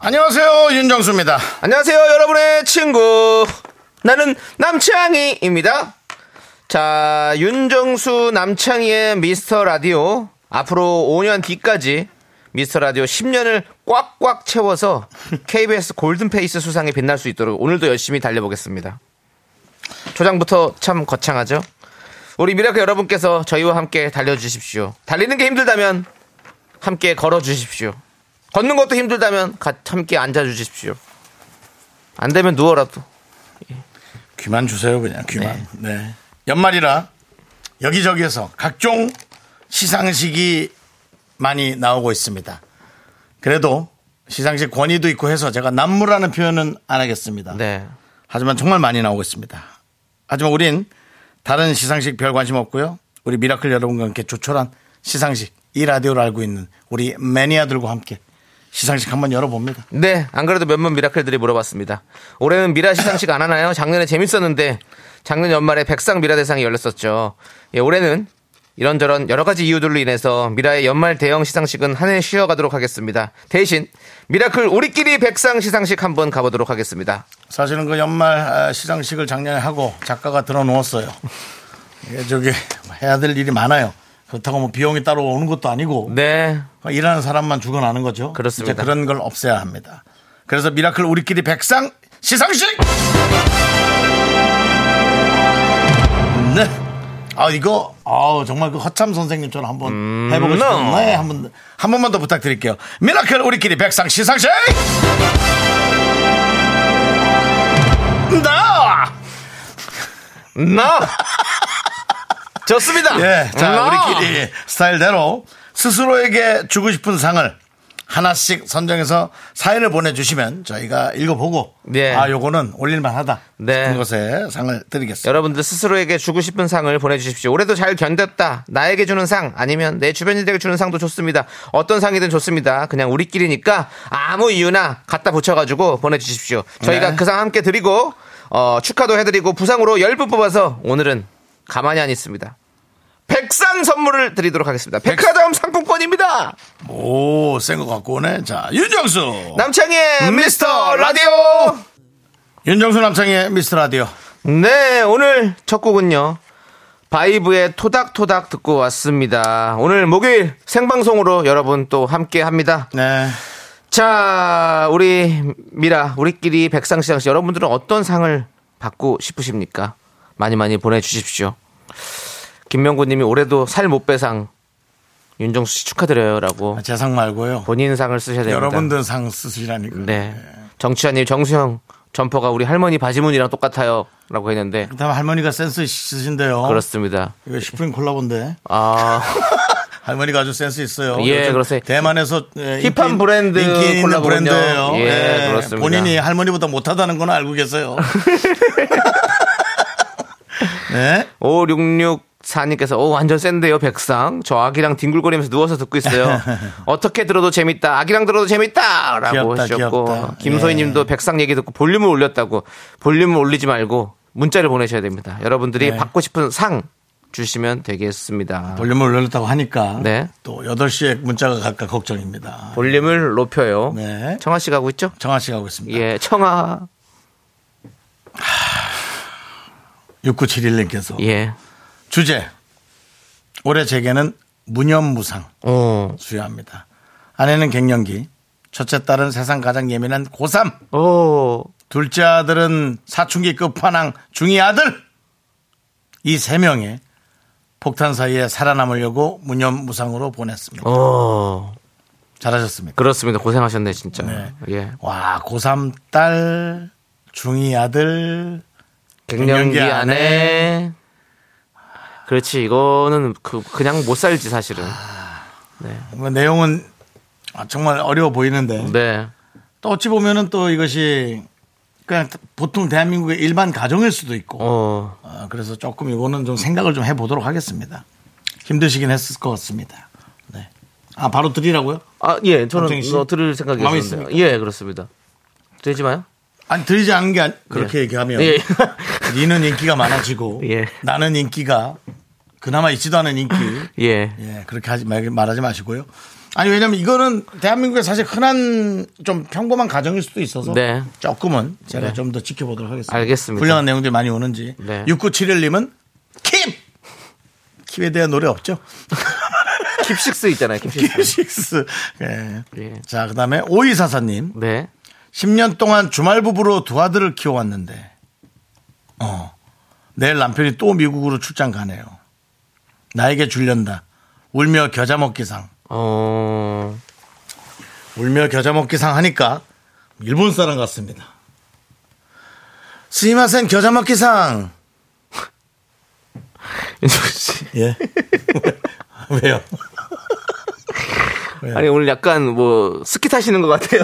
안녕하세요 윤정수입니다. 안녕하세요, 여러분의 친구. 나는 남창희입니다. 자, 윤정수 남창희의 미스터 라디오. 앞으로 5년 뒤까지 미스터 라디오 10년을 꽉꽉 채워서 KBS 골든페이스 수상에 빛날 수 있도록 오늘도 열심히 달려보겠습니다. 초장부터 참 거창하죠? 우리 미라클 여러분께서 저희와 함께 달려주십시오. 달리는 게 힘들다면 함께 걸어주십시오. 걷는 것도 힘들다면 가- 함께 앉아주십시오. 안 되면 누워라도. 귀만 주세요 그냥 귀만. 네. 연말이라 여기저기에서 각종 시상식이 많이 나오고 있습니다. 그래도 시상식 권위도 있고 해서 제가 난무라는 표현은 안 하겠습니다. 네. 하지만 정말 많이 나오고 있습니다. 하지만 우린 다른 시상식 별 관심 없고요. 우리 미라클 여러분과 함께 조촐한 시상식 이 라디오를 알고 있는 우리 매니아들과 함께 시상식 한번 열어봅니다. 네, 안 그래도 몇몇 미라클들이 물어봤습니다. 올해는 미라 시상식 안 하나요? 작년에 재밌었는데, 작년 연말에 백상 미라 대상이 열렸었죠. 예, 올해는 이런저런 여러 가지 이유들로 인해서 미라의 연말 대형 시상식은 한 해 쉬어가도록 하겠습니다. 대신, 미라클 우리끼리 백상 시상식 한번 가보도록 하겠습니다. 사실은 그 연말 아, 시상식을 작년에 하고 작가가 들어놓았어요. 이게 저기 해야 될 일이 많아요. 그렇다고 뭐 비용이 따로 오는 것도 아니고 네, 일하는 사람만 죽어나는 거죠. 그렇습니다. 이제 그런 걸 없애야 합니다. 그래서 미라클 우리끼리 백상 시상식. 네. 아 이거 아 정말 그 허참 선생님처럼 한번 음, 해보고 싶은데 한번 한 번만 더 부탁드릴게요. 미라클 우리끼리 백상 시상식. 나. 나! 좋습니다! 예, 자 나! 우리끼리 스타일대로 스스로에게 주고 싶은 상을 하나씩 선정해서 사연을 보내주시면 저희가 읽어보고 예. 아 요거는 올릴만하다 네. 싶은 것에 상을 드리겠습니다. 여러분들 스스로에게 주고 싶은 상을 보내주십시오. 올해도 잘 견뎠다. 나에게 주는 상 아니면 내 주변인들에게 주는 상도 좋습니다. 어떤 상이든 좋습니다. 그냥 우리끼리니까 아무 이유나 갖다 붙여가지고 보내주십시오. 저희가 네. 그 상 함께 드리고 어, 축하도 해드리고 부상으로 10분 뽑아서 오늘은 가만히 안 있습니다. 백상 선물을 드리도록 하겠습니다. 백화점 상품권입니다. 오센 것 같고 오네. 자 윤정수 남창희의 미스터 라디오. 윤정수 남창의 미스터 라디오 네, 오늘 첫 곡은요. 바이브의 토닥토닥 듣고 왔습니다. 오늘 목요일 생방송으로 여러분 또 함께 합니다. 네 자, 우리 미라, 우리끼리 백상시장씨 여러분들은 어떤 상을 받고 싶으십니까? 많이 많이 보내주십시오. 김명구님이 올해도 살 못 빼상 윤정수 씨 축하드려요라고 제 상 말고요. 본인 상을 쓰셔야 됩니다. 여러분들 상 쓰시라니까. 네 정치자님 정수형 점퍼가 우리 할머니 바지문이랑 똑같아요라고 했는데 그다음 할머니가 센스 있으신데요. 그렇습니다. 이거 슈프림 콜라본데 아, 할머니가 아주 센스 있어요. 예, 요즘 그렇습니다. 대만에서 예, 힙한 인기- 브랜드 인기 있는 콜라보군요. 브랜드예요. 예, 그렇습니다. 본인이 할머니보다 못하다는 건 알고 계세요. 네. 5664님께서, 오, 완전 센데요, 백상. 저 아기랑 뒹굴거리면서 누워서 듣고 있어요. 어떻게 들어도 재밌다. 아기랑 들어도 재밌다. 라고 귀엽다, 하셨고. 귀엽다. 김소희 예. 님도 백상 얘기 듣고 볼륨을 올렸다고. 볼륨을 올리지 말고 문자를 보내셔야 됩니다. 여러분들이 네. 받고 싶은 상 주시면 되겠습니다. 볼륨을 올렸다고 하니까 네. 또 8시에 문자가 갈까 걱정입니다. 볼륨을 높여요. 네. 청아 씨가 하고 있죠? 정아 씨가 하고 있습니다. 예, 청아. 6971님께서 예. 주제 올해 제게는 무념무상 어. 수여합니다. 아내는 갱년기, 첫째 딸은 세상 가장 예민한 고3 오. 둘째 아들은 사춘기 끝판왕 중이 아들 이 세 명의 폭탄 사이에 살아남으려고 무념무상으로 보냈습니다. 어. 잘하셨습니다. 그렇습니다. 고생하셨네, 진짜. 네. 예. 와 고3 딸 중이 아들 갱년기 갱년기 안에. 그렇지, 이거는 그, 그냥 못 살지, 아, 사실은. 뭐 내용은 아, 정말 어려워 보이는데 네. 또 어찌 보면은 또 이것이 그냥 보통 대한민국의 일반 가정일 수도 있고 어. 어, 그래서 조금 이거는 좀 생각을 좀 해보도록 하겠습니다. 힘드시긴 했을 것 같습니다. 네. 아 바로 드리라고요? 아, 예. 저는 박정희 씨? 너 들을 마음에 생각이었어요. 예, 그렇습니다. 되지 마요? 아니 드리지 않는 게 아니, 그렇게 예. 얘기하면 예. 니는 인기가 많아지고 예. 나는 인기가 그나마 있지도 않은 인기 예. 예, 그렇게 하지 말, 말하지 마시고요. 아니 왜냐면 이거는 대한민국에 사실 흔한 좀 평범한 가정일 수도 있어서 네. 조금은 제가 네. 좀 더 지켜보도록 하겠습니다. 알겠습니다. 훌륭한 내용들이 많이 오는지. 네. 6971님은 킵! 킵에 대한 노래 없죠? 킵식스 있잖아요. 킵식스. 킵식스. 예. 예. 자, 그 다음에 오이사사님. 네. 10년 동안 주말 부부로 두 아들을 키워왔는데, 어, 내일 남편이 또 미국으로 출장 가네요. 나에게 줄련다. 울며 겨자 먹기상. 어. 울며 겨자 먹기상 하니까 일본 사람 같습니다. 스이마센 겨자 먹기상. 윤종 씨. 예. 왜요? 아니 오늘 약간 뭐 스키 타시는 것 같아요.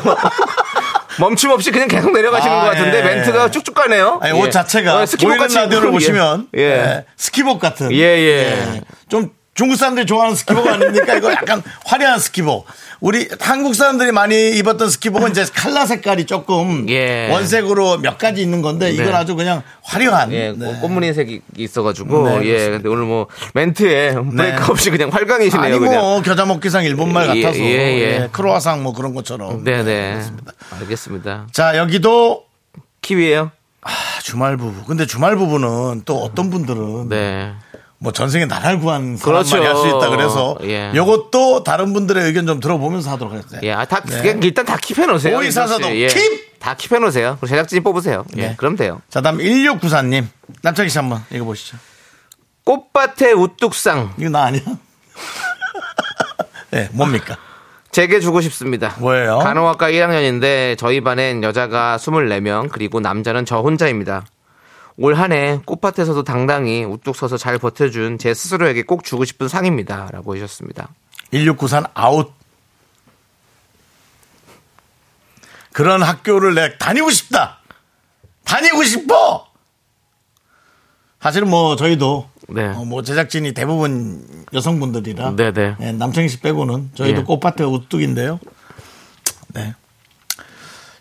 멈춤 없이 그냥 계속 내려가시는 아, 것 같은데 예. 멘트가 쭉쭉 가네요. 아니, 옷 예. 자체가 어, 보이는 같이 라디오를 입고, 보시면 예. 예, 스키복 같은 예, 예. 좀 중국 사람들이 좋아하는 스키복 아닙니까? 이거 약간 화려한 스키복. 우리 한국 사람들이 많이 입었던 스키복은 이제 컬러 색깔이 조금 예. 원색으로 몇 가지 있는 건데 이건 네. 아주 그냥 화려한 예, 네. 꽃무늬색이 있어가지고 네, 예, 근데 오늘 뭐 멘트에 브레이크 없이 그냥 활강이시네요, 아니 그냥. 뭐 겨자 먹기상 일본말 예, 같아서 예, 예. 예, 크로아상 뭐 그런 것처럼. 네네. 알겠습니다. 자 여기도 키위예요? 아, 주말 부부. 근데 주말 부부는 또 어떤 분들은 네. 뭐 전생에 나를 구한 사람만이 그렇죠. 할 수 있다 그래서 예. 요것도 다른 분들의 의견 좀 들어보면서 하도록 하겠습니다. 예, 아, 다 네. 그냥 일단 다 킵해 놓으세요. 오이사사도 예. 킵! 다 킵해 놓으세요. 그리고 제작진이 뽑으세요. 예, 네. 그럼 돼요. 자 다음 1694님 남창희 씨 한번 읽어보시죠. 꽃밭에 우뚝상 이거 나 아니야? 네, 뭡니까? 제게 주고 싶습니다. 뭐예요? 간호학과 1학년인데 저희 반엔 여자가 24명 그리고 남자는 저 혼자입니다. 올 한해 꽃밭에서도 당당히 우뚝 서서 잘 버텨준 제 스스로에게 꼭 주고 싶은 상입니다. 라고 하셨습니다. 1694 아웃. 그런 학교를 내 다니고 싶다. 다니고 싶어. 사실 뭐 저희도 네. 어, 뭐 제작진이 대부분 여성분들이라 네네. 예, 남창희 씨 빼고는 저희도 예. 꽃밭에 우뚝인데요. 네.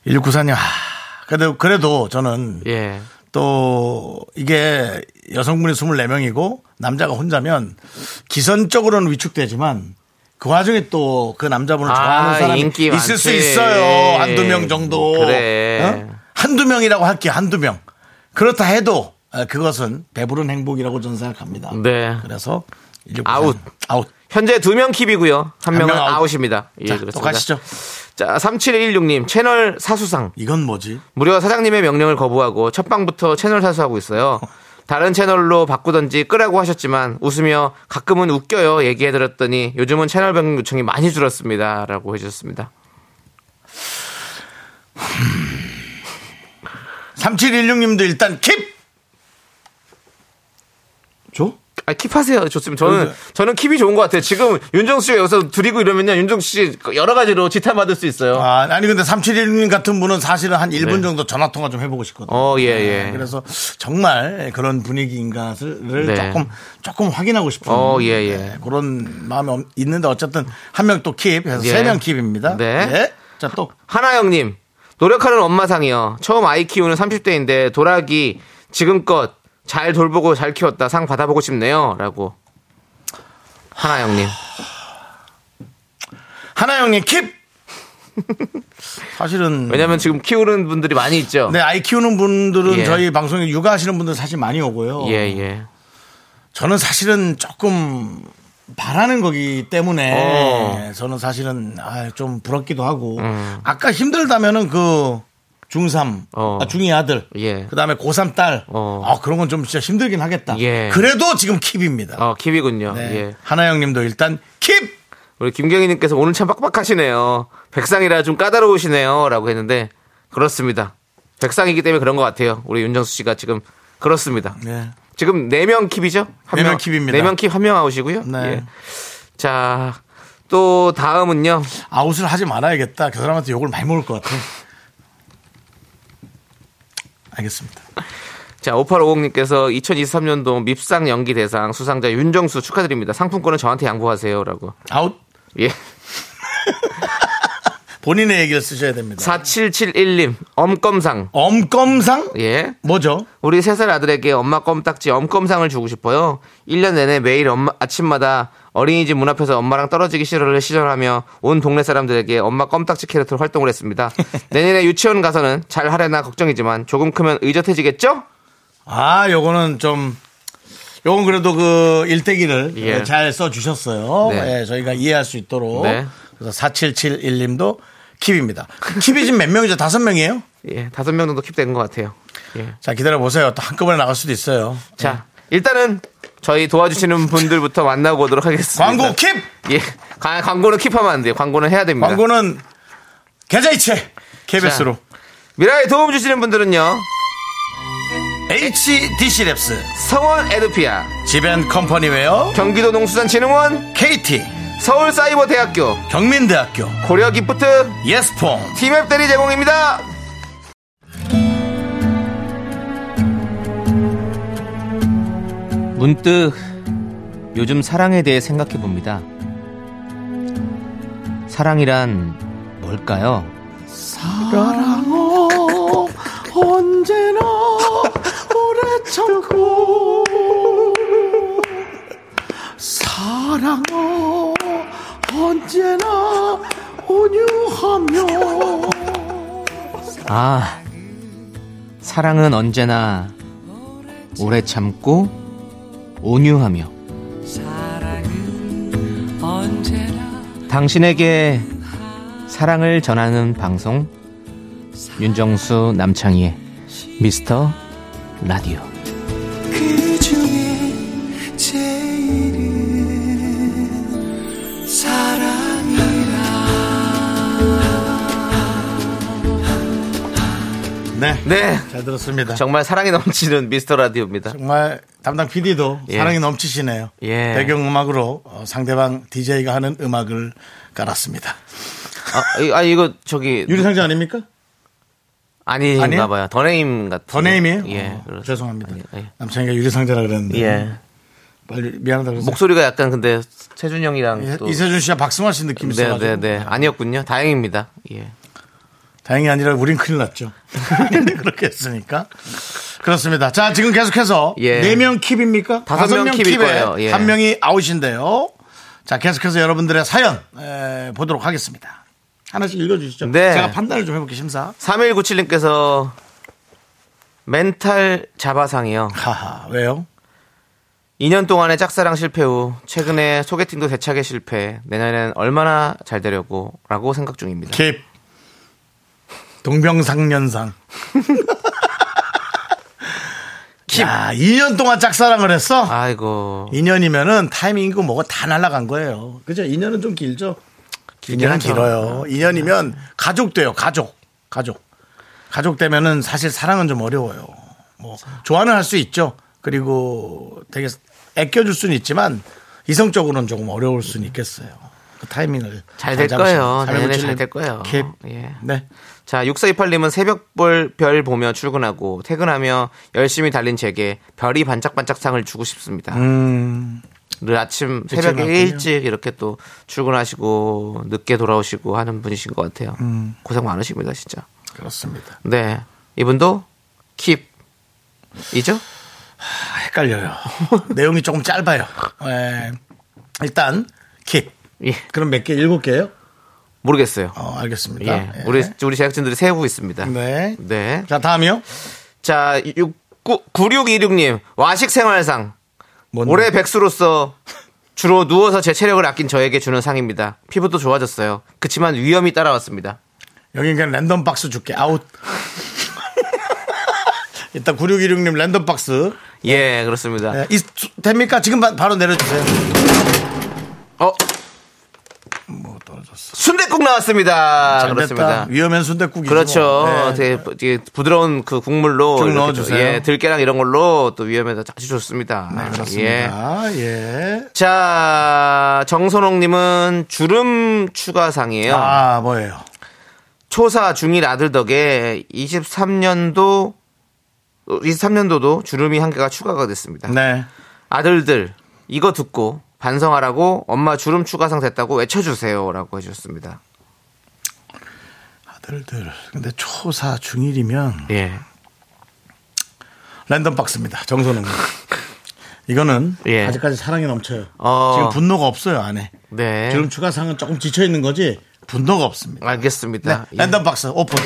1694님 아, 그래도 그래도 저는 예. 또 이게 여성분이 24명이고 남자가 혼자면 기선적으로는 위축되지만 그 와중에 또 그 남자분을 아, 좋아하는 사람이 인기 있을 많지. 음, 수 있어요. 한두 명 정도. 그래. 어? 한두 명이라고 할게요. 한두 명. 그렇다 해도 아, 그것은 배부른 행복이라고 저는 생각합니다. 네. 그래서 이제 아웃. 아웃. 현재 두 명 킵이고요. 한 명 명은 아웃. 아웃입니다. 예, 자, 그렇습니다. 또 가시죠. 자, 3716님, 채널 사수상. 이건 뭐지? 무려 사장님의 명령을 거부하고 첫 방부터 채널 사수하고 있어요. 다른 채널로 바꾸던지 끄라고 하셨지만 웃으며 가끔은 웃겨요 얘기해드렸더니 요즘은 채널 변경 요청이 많이 줄었습니다. 라고 해주셨습니다. 3716님도 일단 킵! 줘? 아, 킵하세요. 좋습니다. 저는, 그러니까. 저는 킵이 좋은 것 같아요. 지금 윤정수 씨가 여기서 드리고 이러면요. 윤정수 씨 여러 가지로 지탄받을 수 있어요. 아, 아니 근데 3716님 같은 분은 사실은 한 1분 네. 정도 전화 통화 좀 해보고 싶거든요. 어, 예, 네, 예. 그래서 정말 그런 분위기인가를 네. 조금 조금 확인하고 싶은 네, 어, 예, 예. 그런 마음이 없- 있는데 어쨌든 한 명 또 킵, 해서 예. 세 명 킵입니다. 네. 예. 자 또. 하나영님 노력하는 엄마상이요. 처음 아이 키우는 30대인데 도라기 지금껏 잘 돌보고 잘 키웠다 상 받아보고 싶네요.라고 하나영님. 하나영님 킵! 사실은. 음. 왜냐면 지금 키우는 분들이 많이 있죠. 네, 아이 키우는 분들은 예. 저희 방송에 육아하시는 분들 사실 많이 오고요. 예 예. 저는 사실은 조금 바라는 거기 때문에 어. 저는 사실은 아, 좀 부럽기도 하고 아까 힘들다면은 그 중3, 음. 어. 아, 중2 아들, 예. 그 다음에 고3 딸, 어. 아, 그런 건 좀 진짜 힘들긴 하겠다. 예. 그래도 지금 킵입니다. 어 킵이군요. 네. 예. 하나영님도 일단 킵! 우리 김경희님께서 오늘 참 빡빡하시네요. 백상이라 좀 까다로우시네요.라고 했는데 그렇습니다. 백상이기 때문에 그런 것 같아요. 우리 윤정수 씨가 지금 그렇습니다. 네. 지금 4명 킵이죠? 한 네명 명- 킵입니다. 네명 킵, 한 명 아웃이고요. 네. 예. 자, 또 다음은요. 아웃을 하지 말아야겠다. 그 사람한테 욕을 많이 먹을 것 같아. 알겠습니다. 자, 5850님께서 2023년도 밉상 연기 대상 수상자 윤정수 축하드립니다. 상품권은 저한테 양보하세요라고. 아웃. 예. 본인의 얘기를 쓰셔야 됩니다. 4771님 엄검상. 엄검상? 예. 뭐죠? 우리 세 살 아들에게 엄마 껌딱지 엄검상을 주고 싶어요. 1년 내내 매일 엄마 아침마다 어린이집 문 앞에서 엄마랑 떨어지기 싫어를 시전하며 온 동네 사람들에게 엄마 껌딱지 캐릭터로 활동을 했습니다. 내년에 유치원 가서는 잘 하려나 걱정이지만 조금 크면 의젓해지겠죠? 아, 요거는 좀, 요건 그래도 그 일대기를 예. 잘 써주셨어요. 네. 예, 저희가 이해할 수 있도록. 네. 그래서 4771님도 킵입니다. 킵이 지금 몇 명이죠? 다섯 명이에요? 예, 다섯 명 정도 킵된 것 같아요. 예. 자, 기다려보세요. 또 한꺼번에 나갈 수도 있어요. 자, 네. 일단은 저희 도와주시는 분들부터 만나고 오도록 하겠습니다. 광고 킵! 예. 가- 광고는 킵하면 안 돼요. 광고는 해야 됩니다. 광고는 계좌이체! KBS로. 미라에 도움 주시는 분들은요. HDC 랩스, 성원 에드피아, 지벤 컴퍼니웨어, 경기도 농수산진흥원, KT, 서울사이버대학교, 경민대학교, 고려기프트, 예스폼, 티맵 대리 제공입니다. 문득 요즘 사랑에 대해 생각해 봅니다. 사랑이란 뭘까요? 언제나 오래 참고 사랑어 언제나 온유하며 아, 사랑은 언제나 오래 참고 온유하며 당신에게 사랑을 전하는 방송 윤정수 남창희의 미스터 라디오 네, 네 잘 들었습니다. 정말 사랑이 넘치는 미스터 라디오입니다 정말 담당 PD도 예. 사랑이 넘치시네요. 예. 배경음악으로 어, 상대방 DJ가 하는 음악을 깔았습니다. 아, 이- 아, 이거 저기 유리상자 아닙니까? 아니에요? 아닌가 봐요 더네임 같은 더 네임이에요? 예, 어, 그렇- 죄송합니다. 아니, 아니. 남창이가 유리상자라 그랬는데. 예. 빨리 미안하다 그랬어요. 목소리가 약간 근데 세준 형이랑 예, 또 이세준 씨와 박승환 씨 느낌이 있어요. 예. 네네네 아니었군요 다행입니다 예 다행이 아니라 우린 큰일 났죠. 그렇게 했으니까. 그렇습니다. 자, 지금 계속해서 예. 네 명 킵입니까? 다섯 명 킵일 킵에 거예요. 예. 한 명이 아웃인데요. 자, 계속해서 여러분들의 사연 에, 보도록 하겠습니다. 하나씩 읽어주시죠. 네. 제가 판단을 좀 해볼게요, 심사. 3197님께서 멘탈 자바상이요 하하, 왜요? 2년 동안의 짝사랑 실패 후 최근에 소개팅도 대차게 실패 내년엔 얼마나 잘 되려고 라고 생각 중입니다 킵. 동병상련상. 야, 2년 동안 짝사랑을 했어? 아이고 예. 2년이면은 타이밍이고 뭐고 다 날아간 거예요. 그죠? 2년은 좀 길죠? 2년은 하죠. 길어요. 2년이면 네. 가족 돼요. 가족. 가족. 가족 되면은 사실 사랑은 좀 어려워요. 뭐, 좋아는 할 수 있죠. 그리고 되게 애껴줄 수는 있지만 이성적으로는 조금 어려울 수는 있겠어요. 그 타이밍을. 잘될 잘 잡으시면. 거예요. 삼일오칠님. 내년에 잘될 거예요. 킵. 예. 네. 자 6428님은 새벽볼 별 보며 출근하고 퇴근하며 열심히 달린 제게 별이 반짝반짝상을 주고 싶습니다 음, 늘 아침 새벽에 맞군요. 일찍 이렇게 또 출근하시고 늦게 돌아오시고 하는 분이신 것 같아요. 음. 고생 많으십니다, 진짜. 그렇습니다. 네. 이분도 킵. 이죠? 아, 헷갈려요. 내용이 조금 짧아요. 예. 일단, 킵. 예. 그럼 몇 개? 일곱 개요? 모르겠어요. 어, 예. 알겠습니다. 예. 우리 우리 제작진들이 세우고 있습니다. 네. 네. 자, 다음이요. 자, 6 9626 님. 와식 생활상 뭔데? 올해 백수로서 주로 누워서 제 체력을 아낀 저에게 주는 상입니다. 피부도 좋아졌어요. 그치만 위험이 따라왔습니다. 여기 그냥 랜덤 박스 줄게. 아웃. 일단 9616님 랜덤 박스. 예, 그렇습니다. 예, 이, 수- 됩니까? 지금 바, 로 내려주세요. 어? 뭐 떨어졌어. 순대국 나왔습니다. 뭐 잘 됐다. 그렇습니다. 위험한 순대국이죠. 그렇죠. 뭐. 네. 되게, 부- 되게 부드러운 그 국물로 쭉 이렇게 넣어주세요. 또, 예, 들깨랑 이런 걸로 또 위험해서 아주 좋습니다. 네, 예. 그렇습니다. 예. 자, 정선홍님은 주름 추가상이에요. 아, 뭐예요? 초사 중일 아들 덕에 23년도 23년도도 주름이 한 개가 추가가 됐습니다. 네. 아들들 이거 듣고 반성하라고 엄마 주름 추가상 됐다고 외쳐주세요라고 해주셨습니다. 아들들. 근데 초사 중일이면 예, 랜덤 박스입니다. 정선웅. 이거는 예. 아직까지 사랑이 넘쳐요. 어. 지금 분노가 없어요 안에. 네, 지금 추가상은 조금 지쳐 있는 거지 분노가 없습니다. 알겠습니다. 예. 랜덤 박스 오픈.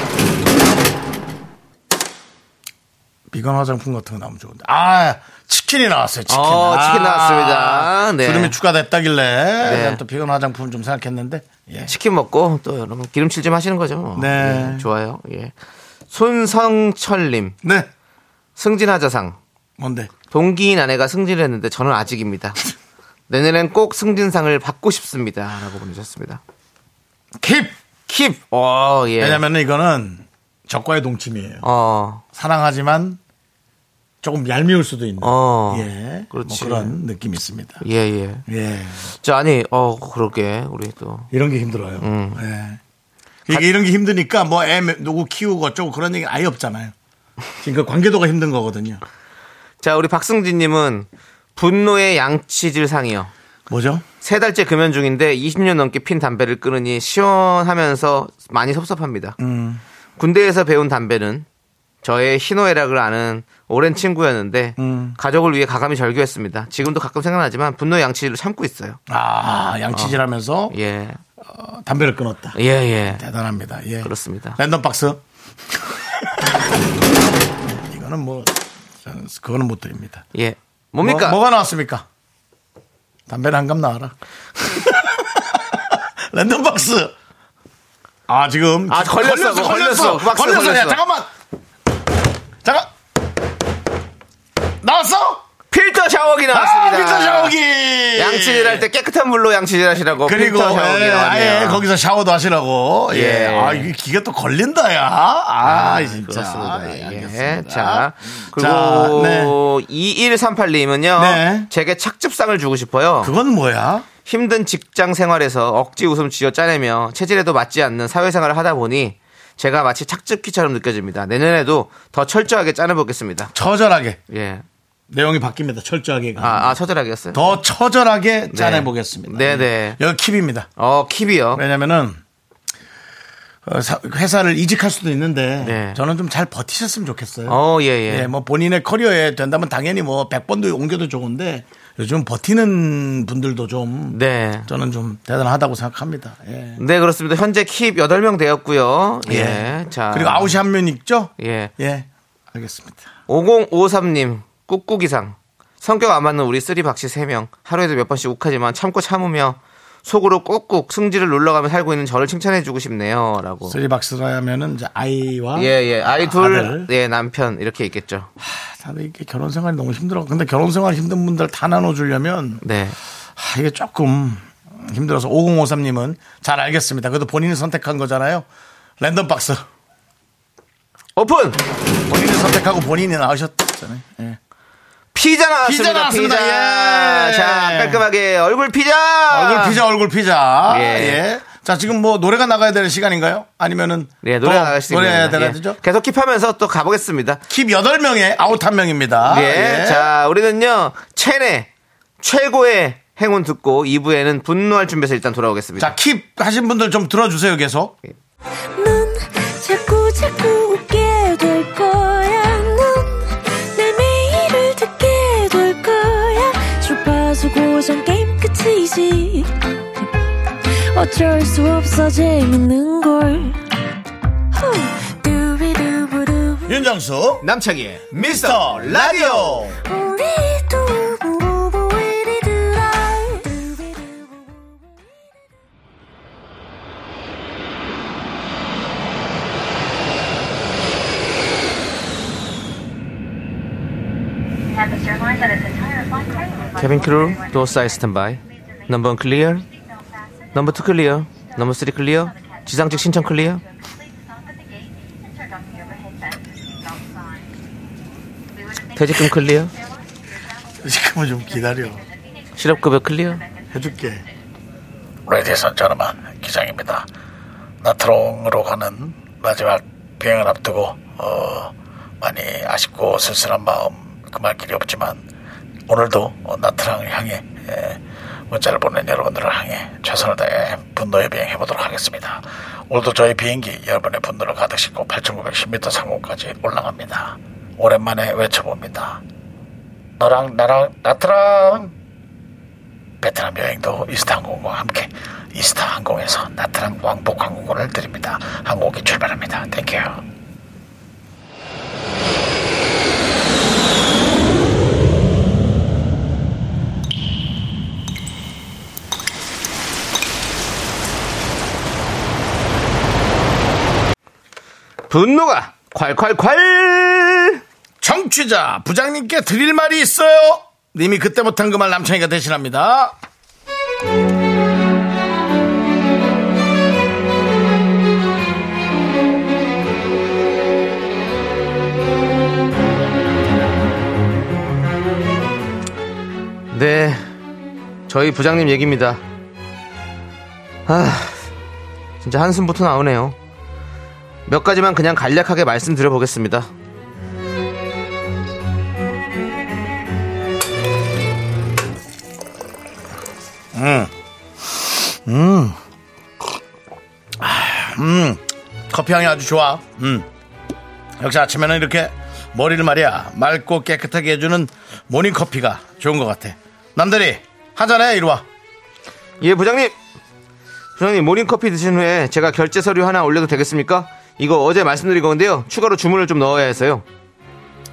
비건 화장품 같은 거 나오면 좋은데. 아 치킨이 나왔어요. 치킨. 어, 아, 치킨 나왔습니다. 네. 주름이 추가됐다길래 그냥 또 비건 화장품 좀 생각했는데. 예. 치킨 먹고 또 여러분 기름칠 좀 하시는 거죠. 뭐. 네. 예, 좋아요. 예, 손성철님 네. 승진하자상 뭔데? 동기인 아내가 승진을 했는데 저는 아직입니다. 내년엔 꼭 승진상을 받고 싶습니다라고 보내셨습니다. 킵. 킵. 어, 예. 왜냐면 은 이거는 적과의 동침이에요. 어, 사랑하지만 조금 얄미울 수도 있는. 어. 예. 뭐 그렇지. 그런 느낌이 있습니다. 예, 예. 예. 자, 아니, 어, 그러게, 우리 또. 이런 게 힘들어요. 예. 음. 이게 이런 게 힘드니까 뭐 애 누구 키우고 어쩌고 그런 얘기 아예 없잖아요. 지금 그 관계도가 힘든 거거든요. 자, 우리 박승진님은 분노의 양치질상이요. 뭐죠? 세 달째 금연 중인데 20년 넘게 핀 담배를 끊으니 시원하면서 많이 섭섭합니다. 음. 군대에서 배운 담배는 저의 희노애락을 아는 오랜 친구였는데 음. 가족을 위해 가감히 절규했습니다. 지금도 가끔 생각나지만 분노의 양치질을 참고 있어요. 아, 양치질하면서 예, 어, 담배를 끊었다. 예, 예. 대단합니다. 예. 그렇습니다. 랜덤 박스. 이거는 뭐 저는 그거는 못 드립니다. 예. 뭡니까? 뭐, 가 나왔습니까? 담배는 한갑 나와라. 랜덤 박스. 아 지금 아, 걸렸어 걸렸어, 그거 걸렸어 걸렸어. 그 박스 걸렸어, 걸렸어. 야, 잠깐만 잠깐 나왔어? 필터 샤워기 아 나왔습니다. 필터 샤워기 양치질 할 때 깨끗한 물로 양치질 하시라고 그리고 필터 샤워기 예, 나왔네요. 아예 거기서 샤워도 하시라고 예. 예아 이게 기가 또 걸린다 야아 진짜 그렇습니다. 예, 예, 알겠습니다. 음, 자, 자, 그리고 네. 2138님은요. 네. 제게 착즙상을 주고 싶어요. 그건 뭐야 힘든 직장 생활에서 억지 웃음 쥐어 짜내며 체질에도 맞지 않는 사회생활을 하다 보니 제가 마치 착즙기처럼 느껴집니다. 내년에도 더 철저하게 짜내보겠습니다. 처절하게 예. 내용이 바뀝니다 철저하게 아, 아 처절하게였어요? 음. 네. 더 처절하게 짜내 보겠습니다. 예. 네네. 여기 킵입니다. 어, 킵이요. 왜냐면은 어, 사- 회사를 이직할 수도 있는데 네. 저는 좀 잘 버티셨으면 좋겠어요. 어, 예, 예. 예, 뭐 본인의 커리어에 된다면 당연히 뭐 100번도 옮겨도 좋은데 요즘 버티는 분들도 좀 네. 저는 좀 대단하다고 생각합니다. 예. 네, 그렇습니다. 현재 킵 8명 되었고요. 예. 자. 그리고 아웃이 한 명 있죠? 예. 예. 알겠습니다. 5053님, 꾹꾹이상. 성격 안 맞는 우리 쓰리 박씨 3명. 하루에도 몇 번씩 욱하지만 참고 참으며 속으로 꾹꾹 승질을 눌러가며 살고 있는 저를 칭찬해주고 싶네요. 라고. 쓰리박스라면은 이제 아이와 예, 예. 아이 둘, 아들. 예, 남편. 이렇게 있겠죠. 다들 이게 결혼 생활이 너무 힘들어. 근데 결혼 생활 힘든 분들 다 나눠주려면 네. 아, 이게 조금 힘들어서 5053님은 잘 알겠습니다. 그래도 본인이 선택한 거잖아요. 랜덤 박스. 오픈! 본인이 선택하고 본인이 나오셨잖아요. 예. 피자 나왔습니다. 피자 나왔습니다. 예. 자, 깔끔하게 얼굴 피자! 얼굴 피자, 얼굴 피자. 아. 예. 예. 자, 지금 뭐 노래가 나가야 될 시간인가요? 아니면은 네, 노래 또 나갈 수 노래해야 있는. 되나 예. 되죠? 계속 킵하면서 또 가보겠습니다. 킵 8명에 아웃 한명입니다 예. 자, 우리는요, 체내 최고의 행운 듣고 2부에는 분노할 준비해서 일단 돌아오겠습니다. 자, 킵 하신 분들 좀 들어주세요, 계속. 넌 자꾸 자꾸 웃게 될 거야. 넌내 매일을 듣게 될 거야. 주파수 고정 게임 끝이지. 어쩔 수 없어 재밌는 걸. 후. 두비두부두. 윤정수, 남창희의 미스터 라디오. 우리 두부부부 우리 두라. 두비두부부. 케빈 크루 도어 사이 스탠바이 넘버 1 클리어 넘버 2 클리어 넘버 3 클리어 지상직 신청 클리어 퇴직금 클리어 지금은 좀 기다려. 실업급여 클리어 해줄게. 레디슨 저는 기장입니다. 나트롱으로 가는 마지막 비행을 앞두고 어, 많이 아쉽고 쓸쓸한 마음 금할 길이 없지만 오늘도 나트랑을 향해 예, 문자를 보낸 여러분들을 향해 최선을 다해 분노의 비행 해보도록 하겠습니다. 오늘도 저희 비행기 여러분의 분노를 가득 싣고 8,910m 상공까지 올라갑니다. 오랜만에 외쳐봅니다. 너랑 나랑 나트랑 베트남 여행도 이스타 항공과 함께 이스타 항공에서 나트랑 왕복 항공권을 드립니다. 항공기 출발합니다. 땡큐. 분노가 콸콸콸! 정취자 부장님께 드릴 말이 있어요. 님이 그때 못한 그 말 남창이가 대신합니다. 네, 저희 부장님 얘기입니다. 아, 진짜 한숨부터 나오네요. 몇 가지만 그냥 간략하게 말씀드려보겠습니다. 커피 향이 아주 좋아. 음. 역시 아침에는 이렇게 머리를 말이야 맑고 깨끗하게 해주는 모닝 커피가 좋은 것 같아. 남들이 하자네 이리 와. 예, 부장님! 부장님, 모닝커피 드신 후에 제가 결제 서류 하나 올려도 되겠습니까? 이거 어제 말씀드린 건데요. 추가로 주문을 좀 넣어야 해서요.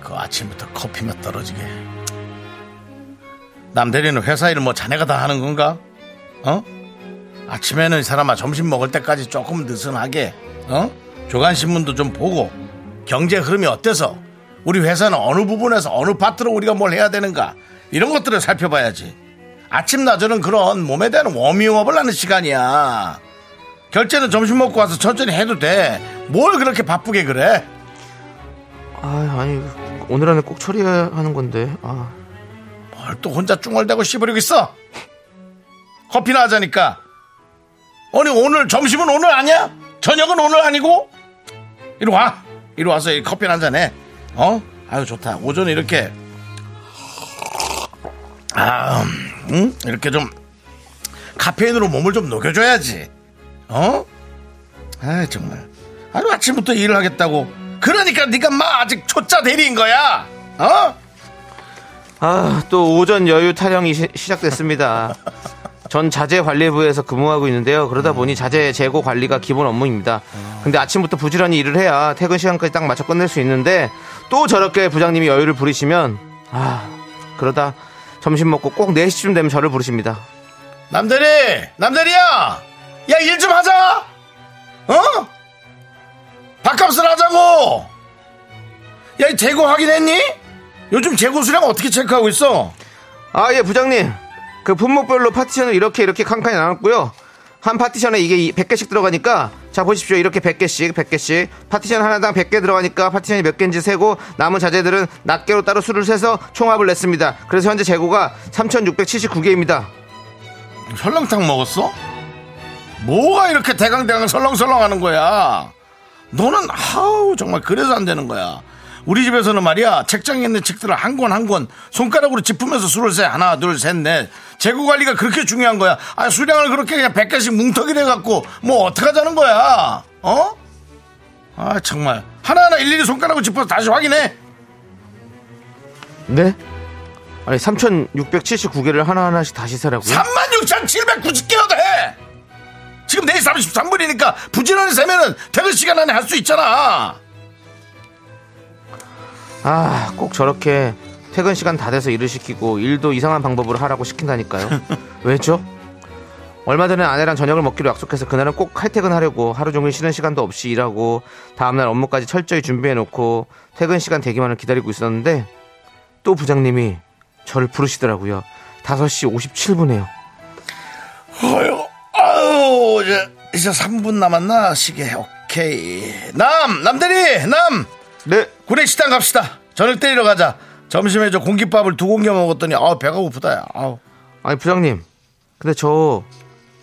그 아침부터 커피 맛 떨어지게. 남대리는 회사 일을 뭐 자네가 다 하는 건가? 어? 아침에는 이 사람아 점심 먹을 때까지 조금 느슨하게, 어? 조간신문도 좀 보고, 경제 흐름이 어때서, 우리 회사는 어느 부분에서 어느 파트로 우리가 뭘 해야 되는가, 이런 것들을 살펴봐야지. 아침, 낮에는 그런 몸에 대한 워밍업을 하는 시간이야. 결제는 점심 먹고 와서 천천히 해도 돼. 뭘 그렇게 바쁘게 그래? 아, 아니, 오늘 안에 꼭 처리해야 하는 건데. 아. 뭘 또 혼자 쭝얼대고 씹으려고 있어? 커피나 하자니까. 아니 오늘 점심은 오늘 아니야? 저녁은 오늘 아니고? 이리 와. 이리 와서 이 커피 한 잔 해. 어? 아유 좋다. 오전에 이렇게 아, 음, 응? 이렇게 좀 카페인으로 몸을 좀 녹여줘야지. 어? 아 정말. 아유 아침부터 일을 하겠다고. 그러니까 네가 막 아직 초짜 대리인 거야. 어? 아, 또 오전 여유 타령이 시, 작됐습니다전 자재관리부에서 근무하고 있는데요. 그러다 보니 자재 재고 관리가 기본 업무입니다. 근데 아침부터 부지런히 일을 해야 퇴근 시간까지 딱 맞춰 끝낼 수 있는데 또 저렇게 부장님이 여유를 부리시면 아, 그러다 점심 먹고 꼭 4시쯤 되면 저를 부르십니다. 남대리! 남대리야! 야, 일 좀 하자! 어? 밥값을 하자고! 야, 이 재고 확인했니? 요즘 재고 수량 어떻게 체크하고 있어? 아, 예, 부장님. 그 품목별로 파티션을 이렇게 이렇게 칸칸이 나눴고요. 한 파티션에 이게 이- 100개씩 들어가니까 자 보십시오. 이렇게 100개씩, 100개씩. 파티션 하나당 100개 들어가니까 파티션이 몇 개인지 세고 남은 자재들은 낱개로 따로 수를 세서 총합을 냈습니다. 그래서 현재 재고가 3679개입니다. 설렁탕 먹었어? 뭐가 이렇게 대강대강 설렁설렁 하는 거야? 너는, 아우, 정말 그래서 안 되는 거야. 우리 집에서는 말이야, 책장에 있는 책들을 한 권 한 권 손가락으로 짚으면서 수를 세. 하나, 둘, 셋, 넷. 재고 관리가 그렇게 중요한 거야. 아, 수량을 그렇게 그냥 100개씩 뭉텅이로 해갖고, 뭐, 어떡하자는 거야? 어? 아, 정말. 하나하나 일일이 손가락으로 짚어서 다시 확인해. 네? 아니, 3679개를 하나하나씩 다시 예? 세라고요? 36,790개라도 해! 지금 4시 33분이니까 부지런히 세면은 퇴근 시간 안에 할 수 있잖아! 아, 꼭 저렇게 퇴근 시간 다 돼서 일을 시키고 일도 이상한 방법으로 하라고 시킨다니까요. 왜죠? 얼마 전에 아내랑 저녁을 먹기로 약속해서 그날은 꼭 칼퇴근하려고 하루 종일 쉬는 시간도 없이 일하고 다음날 업무까지 철저히 준비해놓고 퇴근 시간 되기만을 기다리고 있었는데 또 부장님이 저를 부르시더라고요. 5시 57분에요. 어휴, 아유, 이제, 이제 3분 남았나? 시계, 오케이. 남! 남대리! 남! 네, 구내식당 갑시다. 저녁 때리러 가자. 점심에 저 공깃밥을 두 공기 먹었더니, 아 배가 고프다, 야. 아우. 아니 부장님 근데 저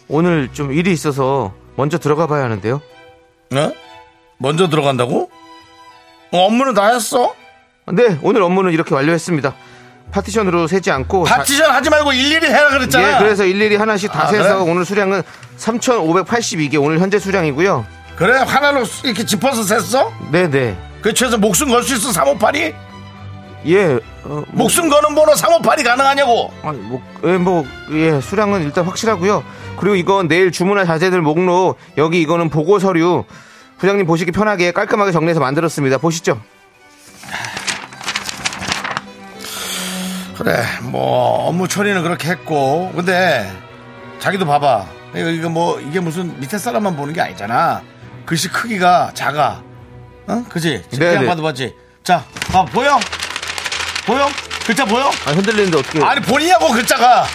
오늘 좀 일이 있어서 먼저 들어가 봐야 하는데요. 네? 먼저 들어간다고? 어, 업무는 다 했어? 네, 오늘 업무는 이렇게 완료했습니다. 파티션으로 세지 않고 자- 파티션 하지 말고 일일이 해라 그랬잖아. 예, 그래서 일일이 하나씩 다 아, 세서 그래? 오늘 수량은 3,582개 오늘 현재 수량이고요. 그래, 하나로 이렇게 짚어서 셌어? 네, 네. 그 최소 목숨 걸 수 있어 358이? 예. 어, 뭐, 목숨 거는 번호 358이 가능하냐고. 아니, 뭐, 예, 뭐, 예, 수량은 일단 확실하고요. 그리고 이건 내일 주문할 자재들 목록 여기 이거는 보고 서류 부장님 보시기 편하게 깔끔하게 정리해서 만들었습니다. 보시죠. 그래 뭐 업무 처리는 그렇게 했고 근데 자기도 봐봐 이거, 이거 뭐 이게 무슨 밑에 사람만 보는 게 아니잖아 글씨 크기가 작아 어 그지 네, 그냥 네. 봐도 봤지 자봐 보여 보여 글자 보여 아, 흔들리는데 어떻게 아니 보이냐고 글자가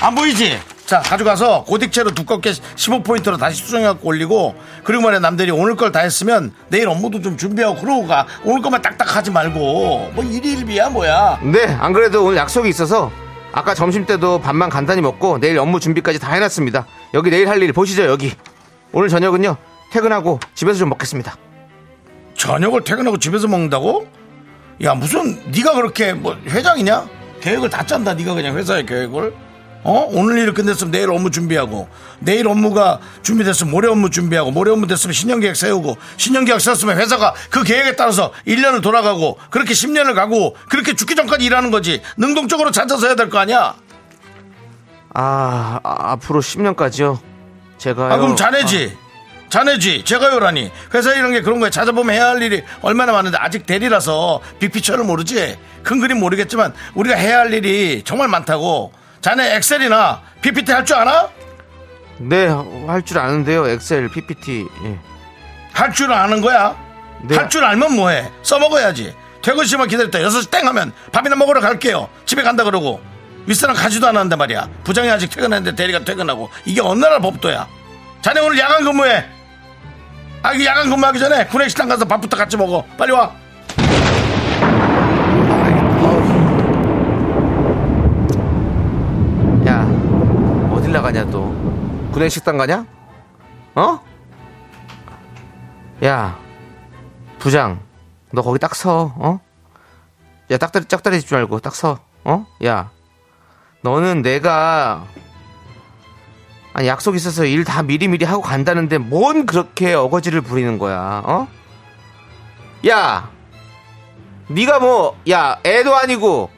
안 보이지 자 가져가서 고딕체로 두껍게 15포인트로 다시 수정해갖고 올리고 그리고 말이야 남들이 오늘 걸 다 했으면 내일 업무도 좀 준비하고 그러고 가 오늘 것만 딱딱하지 말고 뭐 일일비야 뭐야 네, 안 그래도 오늘 약속이 있어서 아까 점심 때도 밥만 간단히 먹고 내일 업무 준비까지 다 해놨습니다. 여기 내일 할 일 보시죠, 여기. 오늘 저녁은요, 퇴근하고 집에서 좀 먹겠습니다. 저녁을 퇴근하고 집에서 먹는다고? 야 무슨 네가 그렇게 뭐 회장이냐? 계획을 다 짠다 네가 그냥 회사의 계획을 어? 오늘 일 끝냈으면 내일 업무 준비하고 내일 업무가 준비됐으면 모레 업무 준비하고 모레 업무 됐으면 신년계획 세우고 신년계획 세웠으면 회사가 그 계획에 따라서 1년을 돌아가고 그렇게 10년을 가고 그렇게 죽기 전까지 일하는 거지 능동적으로 찾아서 해야 될 거 아니야 아, 아, 앞으로 10년까지요. 아. 제가. 아 그럼 자네지 자네지 제가요라니 회사 이런 게 그런 거에 찾아보면 해야 할 일이 얼마나 많은데 아직 대리라서 빅피처를 모르지 큰 그림 모르겠지만 우리가 해야 할 일이 정말 많다고 자네 엑셀이나 PPT 할 줄 아나? 네, 할 줄 아는데요. 엑셀, PPT. 예. 할 줄 아는 거야 네. 할 줄 알면 뭐해 써먹어야지 퇴근 시간 기다릴 때 6시 땡 하면 밥이나 먹으러 갈게요 집에 간다 그러고 윗사람 가지도 않았는데 말이야 부장이 아직 퇴근했는데 대리가 퇴근하고 이게 어느 나라 법도야 자네 오늘 야간 근무해 아 이거 야간 근무하기 전에 구내식당 가서 밥부터 같이 먹어 빨리 와 야, 어딜 나가냐, 또. 군내 식당 가냐? 어? 야, 부장. 너 거기 딱 서, 어? 야, 딱다리, 짝다리 집지 말고, 딱 서, 어? 야, 너는 내가, 아니, 약속 있어서 일 다 미리미리 하고 간다는데 뭔 그렇게 어거지를 부리는 거야, 어? 야, 네가 뭐, 야, 애도 아니고,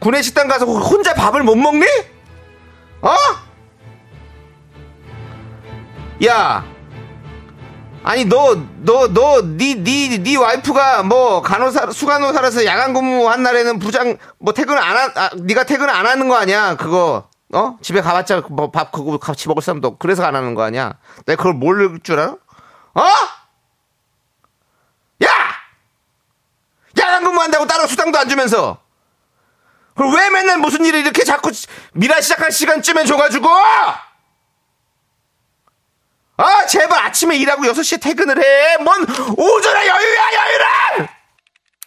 군내 식당 가서 혼자 밥을 못 먹니? 어? 야. 아니 너 너 너 니 니 니 와이프가 뭐 간호사 수간호사라서 야간 근무한 날에는 부장 뭐 퇴근 안 하, 아, 네가 퇴근 안 하는 거 아니야 그거 어 집에 가봤자 뭐 밥 그거 같이 먹을 사람도 없고 그래서 안 하는 거 아니야 내가 그걸 모를줄 알아 어? 야 야간 근무한다고 따로 수당도 안 주면서 그럼 왜 맨날 무슨 일을 이렇게 자꾸 미라 시작할 시간쯤에 줘가지고! 아, 제발 아침에 일하고 6시에 퇴근을 해! 뭔 오전에 여유야, 여유를!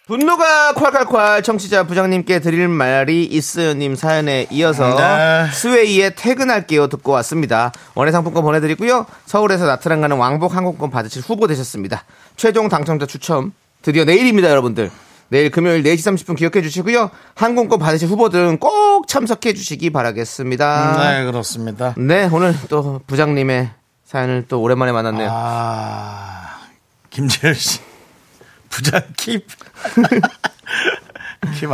분노가 콸콸콸 청취자 부장님께 드릴 말이 있어요님 사연에 이어서 네. 스웨이의 퇴근할게요 듣고 왔습니다. 원예상품권 보내드리고요. 서울에서 나트랑 가는 왕복 항공권 받으실 후보 되셨습니다. 최종 당첨자 추첨 드디어 내일입니다 여러분들. 내일 금요일 4시 30분 기억해 주시고요. 항공권 받으실 후보들은 꼭 참석해 주시기 바라겠습니다. 네 그렇습니다 네. 오늘 또 부장님의 사연을 또 오랜만에 만났네요. 아 김재열 씨 부장 킵킵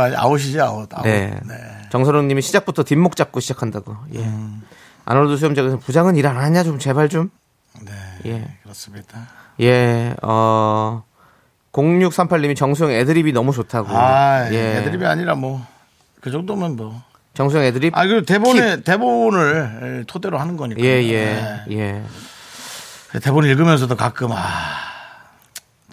아니 아웃이지 아웃 아웃 네. 정선호님이 시작부터 뒷목 잡고 시작한다고. 예. 음. 아놀드 수염장에서 부장은 일 안 하냐 좀 제발 좀. 네, 예. 그렇습니다 예. 어. 0638님이 정수영 애드립이 너무 좋다고. 아, 예. 애드립이 아니라 뭐 그 정도면 뭐. 정수영 애드립. 아, 그리고 대본에 대본을 토대로 하는 거니까. 예, 네. 예, 예. 대본 읽으면서도 가끔 아.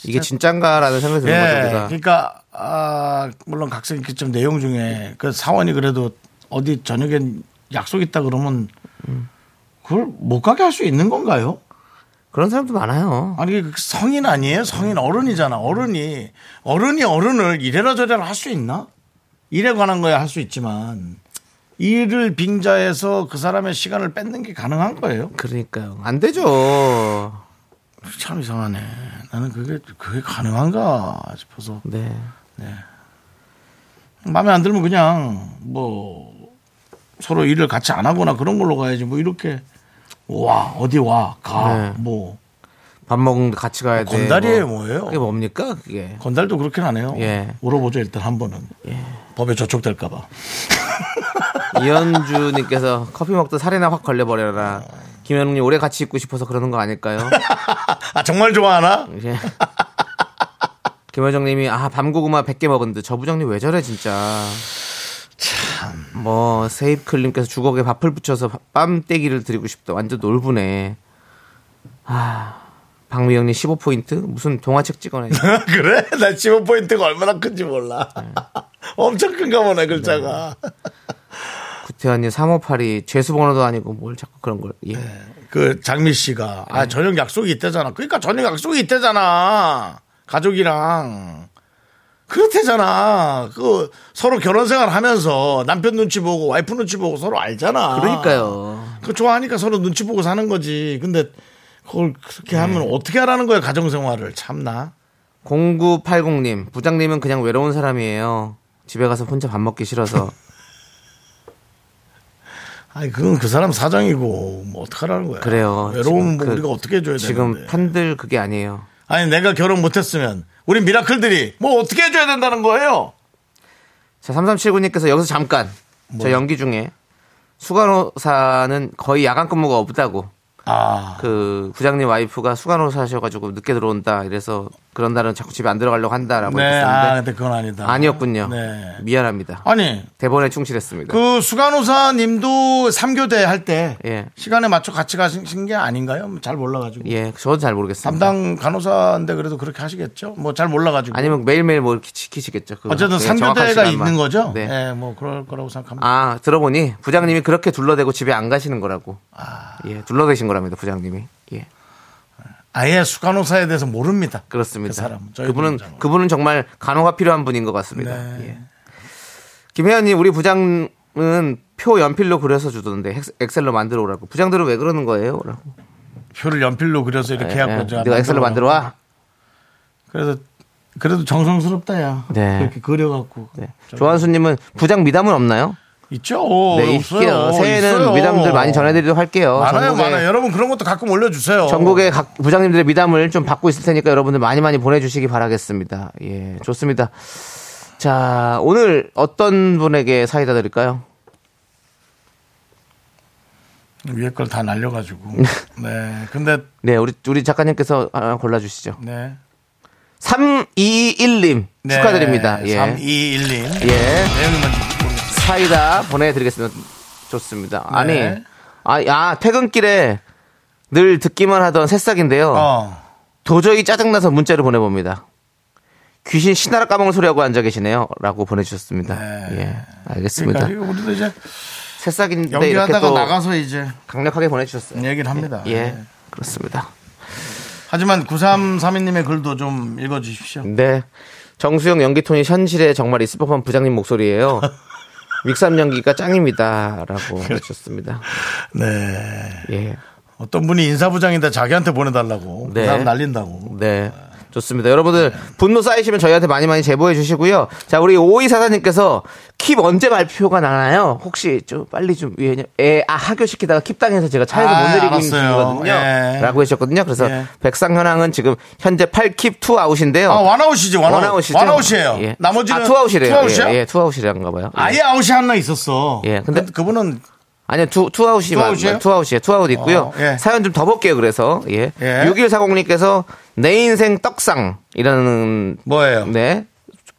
이게 진짠가라는 생각이 드는 예. 거죠, 우리가. 그러니까 아, 물론 각색이 좀 내용 중에 그 사원이 그래도 어디 저녁엔 약속 있다 그러면 그걸 못 가게 할 수 있는 건가요? 그런 사람도 많아요. 아니 그 성인 아니에요? 성인 어른이잖아. 어른이 어른이 어른을 이래라 저래라 할 수 있나? 일에 관한 거야 할 수 있지만 일을 빙자해서 그 사람의 시간을 뺏는 게 가능한 거예요? 그러니까요. 안 되죠. 참 이상하네. 나는 그게 그게 가능한가 싶어서 네. 마음에 안 들면 그냥 뭐 서로 일을 같이 안 하거나 그런 걸로 가야지 뭐 이렇게 와 어디 와 가 네. 뭐 밥 먹는데 같이 가야 돼. 건달이에요 어, 뭐예요? 그게 뭡니까? 그게. 건달도 그렇게 안 해요. 예. 물어보죠 일단 한 번은 법에 저촉될까봐. 이현주님께서 커피 먹다 살이나 확 걸려버려라. 김현웅님 오래 같이 있고 싶어서 그러는 거 아닐까요? 아 정말 좋아하나? 예. 김현정님이 아 밤고구마 100개 먹은 듯 저부장님 왜 저래 진짜. 참. 뭐 세입클님께서 주걱에 밥을 붙여서 빰 떼기를 드리고 싶다. 완전 놀부네. 아 박미영님 15포인트 무슨 동화책 찍어내. 그래? 나 15포인트가 얼마나 큰지 몰라. 네. 엄청 큰가 보네 글자가. 구태환님 358이 죄수 번호도 아니고 뭘 자꾸 그런 걸. 예. 그 장미 씨가 네. 아 저녁 약속이 있대잖아. 그러니까 저녁 약속이 있대잖아. 가족이랑 그렇대잖아. 그 서로 결혼 생활 하면서 남편 눈치 보고 와이프 눈치 보고 서로 알잖아. 그러니까요. 그 좋아하니까 서로 눈치 보고 사는 거지. 근데 그걸 네. 그렇게 하면 어떻게 하라는 거야 가정 생활을 참나. 0980님, 부장님은 그냥 외로운 사람이에요. 집에 가서 혼자 밥 먹기 싫어서. 아니 그건 그 사람 사정이고 뭐 어떡하라는 거야. 그래요. 외로움 뭐 지금 그- 우리가 어떻게 해줘야 지금 되는데. 판들 그게 아니에요. 아니 내가 결혼 못했으면 우리 미라클들이 뭐 어떻게 해줘야 된다는 거예요. 자, 3379님께서 여기서 잠깐. 저 연기 중에 수간호사는 거의 야간 근무가 없다고. 아 그 부장님 와이프가 수간호사 하셔가지고 늦게 들어온다. 이래서 그런 날은 자꾸 집에 안 들어가려고 한다라고 네, 아, 했었는데 근데 그건 아니다. 아니었군요. 네. 미안합니다. 아니, 대본에 충실했습니다. 그 수간호사님도 삼교대 할 때 네. 예. 시간에 맞춰 같이 가신 게 아닌가요? 뭐 잘 몰라가지고. 예, 저도 잘 모르겠습니다. 담당 간호사인데 그래도 그렇게 하시겠죠? 뭐 잘 몰라가지고. 아니면 매일매일 뭐 이렇게 지키시겠죠. 그거. 어쨌든 예, 삼교 정확한 대가 시간만. 있는 거죠? 네. 예, 뭐 그럴 거라고 생각합니다. 아 들어보니 부장님이 그렇게 둘러대고 집에 안 가시는 거라고. 예, 둘러대신 거랍니다 부장님이. 예, 아. 예 수간호사에 대해서 모릅니다. 그렇습니다. 그 사람, 저희 그분은 부장은. 그분은 정말 간호가 필요한 분인 것 같습니다. 네. 예. 김혜연님 우리 부장은 표 연필로 그려서 주던데 엑- 엑셀로 만들어 오라고. 부장들은 왜 그러는 거예요? 라고. 표를 연필로 그려서 이렇게 해갖고 예, 제가 네가 엑셀로 만들어 와. 그래서 그래도 정성스럽다 야. 네. 그렇게 그려갖고. 네. 조한수님은 부장 미담은 없나요? 있죠. 네, 없어요. 있게요. 새해는 있어요. 미담들 많이 전해드리도록 할게요. 많아요, 어, 전국에- 많아요. 여러분 그런 것도 가끔 올려주세요. 전국의 각 부장님들의 미담을 좀 받고 있을 테니까 여러분들 많이 많이 보내주시기 바라겠습니다. 예, 좋습니다. 자, 오늘 어떤 분에게 사이다 드릴까요? 위에 걸 다 날려가지고. 네. 근데 네, 우리, 우리 작가님께서 하나 골라주시죠. 네. 321님 네. 축하드립니다. 예. 3212. 예. 내용이 뭔지 모르겠어요. 사이다 보내드리겠습니다. 좋습니다. 아니, 네. 아, 아, 퇴근길에 늘 듣기만 하던 새싹인데요. 어. 도저히 짜증나서 문자를 보내봅니다. 귀신 신나라 까먹은 소리하고 앉아 계시네요. 라고 보내주셨습니다. 네. 예. 알겠습니다. 그러니까 이거 우리도 이제 새싹인데 이렇게 연기하다가 또 나가서 이제 강력하게 보내주셨어요. 얘기를 합니다. 예. 네. 그렇습니다. 하지만 9332님의 글도 좀 읽어주십시오. 네. 정수영 연기톤이 현실에 정말 있을 법한 부장님 목소리예요. 믹삼 연기가 짱입니다. 그렇죠. 라고 하셨습니다. 네. 예. 어떤 분이 인사부장인데 자기한테 보내달라고. 네. 그 사람 날린다고. 네. 좋습니다. 여러분들 분노 쌓이시면 저희한테 많이 많이 제보해 주시고요. 자, 우리 오이 사사님께서 킵 언제 발표가 나나요? 혹시 좀 빨리 좀 왜냐 애 아, 하교 시키다가 킵 당해서 제가 차에서 아, 못 내리고 있는 알았어요. 중이거든요. 예. 라고 하셨거든요. 그래서 예. 백상현황은 지금 현재 8킵 2 아웃인데요. 아, 원아웃이지, 원아웃. 어. 원아웃이죠. 이에요 예. 나머지는. 아, 투아웃이래요. 투아웃이야? 예, 예, 투아웃이란가 봐요. 예. 아예 아웃이 하나 있었어. 예, 근데- 근데 그분은 아니요, 투, 투아웃이 맞 투아웃이에요? 투아웃이에요. 투아웃 있고요. 어, 예. 사연 좀 더 볼게요, 그래서. 예. 예. 6140님께서 내 인생 떡상이라는. 뭐예요? 네.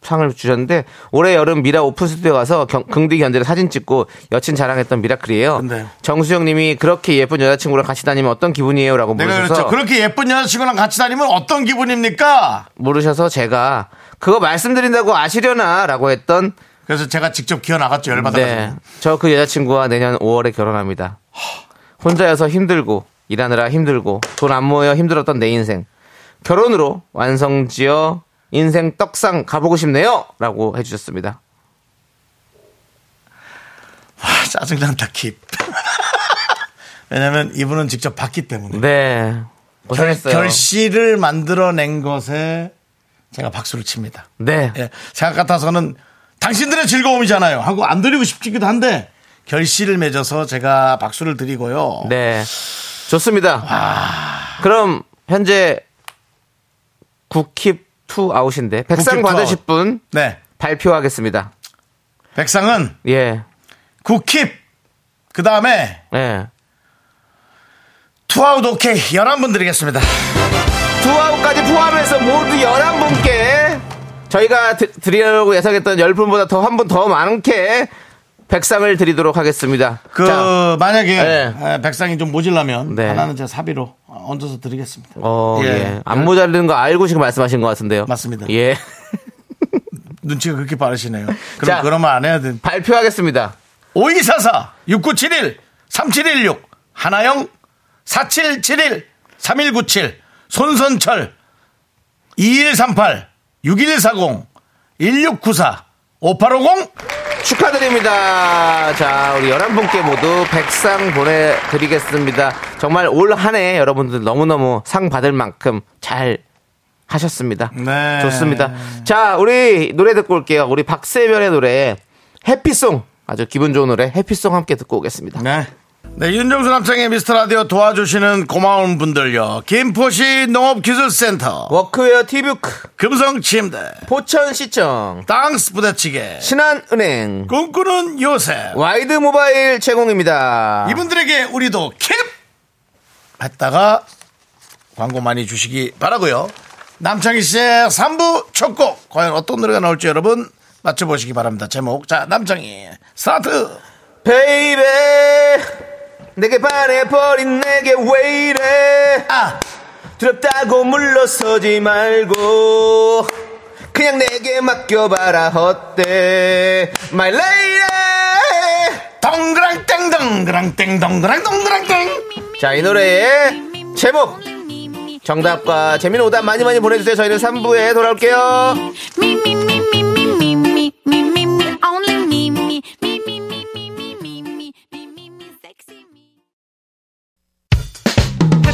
상을 주셨는데 올해 여름 미라 오픈 스튜디오 가서 경- 긍디 견디를 사진 찍고 여친 자랑했던 미라클이에요. 근데요. 정수영님이 그렇게 예쁜 여자친구랑 같이 다니면 어떤 기분이에요라고 내가 물으셔서 그렇죠. 그렇게 예쁜 여자친구랑 같이 다니면 어떤 기분입니까? 물으셔서 제가 그거 말씀드린다고 아시려나라고 했던 그래서 제가 직접 기어 나갔죠. 네. 열받아가지고. 저 그 여자친구와 내년 5월에 결혼합니다. 혼자여서 힘들고, 일하느라 힘들고, 돈 안 모여 힘들었던 내 인생. 결혼으로 완성지어 인생 떡상 가보고 싶네요! 라고 해주셨습니다. 아, 음, 짜증난다, 킵. 왜냐면 이분은 직접 봤기 때문에. 네. 고생했어요. 결실을 만들어낸 것에 제가 박수를 칩니다. 네. 예, 생각 같아서는 당신들의 즐거움이잖아요 하고 안 드리고 싶기도 한데 결실을 맺어서 제가 박수를 드리고요. 네. 좋습니다. 그럼 현재 국킵 투 아웃인데 국킵 백상 투 받으실 아웃. 분 네. 발표하겠습니다. 백상은 예. 국킵 그 다음에 예. 투아웃 오케이 11분 드리겠습니다. 두 아웃까지 포함해서 모두 11분께 저희가 드, 드리려고 예상했던 10분보다 더 한 분 더 많게 백상을 드리도록 하겠습니다. 그 자, 만약에 네. 에, 백상이 좀 모질라면 네. 하나는 제가 사비로 얹어서 드리겠습니다. 어, 예. 예. 안 모자르는 거 알고 지금 말씀하신 것 같은데요. 맞습니다. 예. 눈치가 그렇게 빠르시네요. 그럼 자. 그러면 안 해야 돼. 발표하겠습니다. 5244 6971 3716 하나영 4771 3197 손선철 2138 6140 1694 5850 축하드립니다. 자, 우리 11분께 모두 백상 보내드리겠습니다. 정말 올 한 해 여러분들 너무너무 상 받을 만큼 잘 하셨습니다. 네. 좋습니다. 자, 우리 노래 듣고 올게요. 우리 박세별의 노래, 해피송. 아주 기분 좋은 노래, 해피송 함께 듣고 오겠습니다. 네. 네, 윤정수 남창의 미스터 라디오 도와주시는 고마운 분들요. 김포시 농업기술센터, 워크웨어 티뷰크, 금성침대, 포천시청, 땅스 부대찌개, 신한은행, 꿈꾸는 요새. 와이드 모바일 제공입니다. 이분들에게 우리도 캡! 했다가 광고 많이 주시기 바라고요 남창희 씨의 3부 첫 곡, 과연 어떤 노래가 나올지 여러분 맞춰보시기 바랍니다. 제목. 자, 남창희, 스타트! 베이베 내게 반해버린 내게 왜 이래 아! 두렵다고 물러서지 말고 그냥 내게 맡겨봐라 어때 My lady 동그랑 땡, 동그랑 땡, 동그랑 동그랑 땡! 자 이 노래의 제목 정답과 재미는 오답 많이 많이 보내주세요 저희는 3부에 돌아올게요 Me, me, me, me, me, me, me, me, me, me, only me, me, me, me, me, me, me, me, me, me, me, me, sexy me.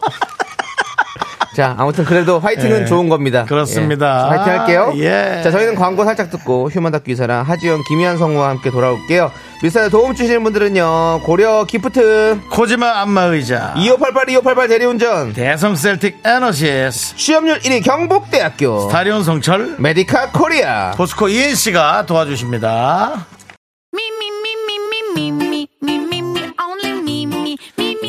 자, 아무튼 그래도 화이팅은 예. 좋은 겁니다. 그렇습니다. 예. 화이팅 할게요. 예. 자, 저희는 광고 살짝 듣고 휴먼 다큐 이사랑 하지영, 김희한 성우와 함께 돌아올게요. 미스터에 도움 주시는 분들은요. 고려 기프트, 코지마 안마 의자. 2588, 2588 대리운전, 대성 셀틱 에너시스. 취업률 1위 경북대학교, 다리온 성철. 메디카 코리아. 포스코 이은 씨가 도와주십니다. Me, me, me, me, me, me, me, me, me, me, only me, me, me, me.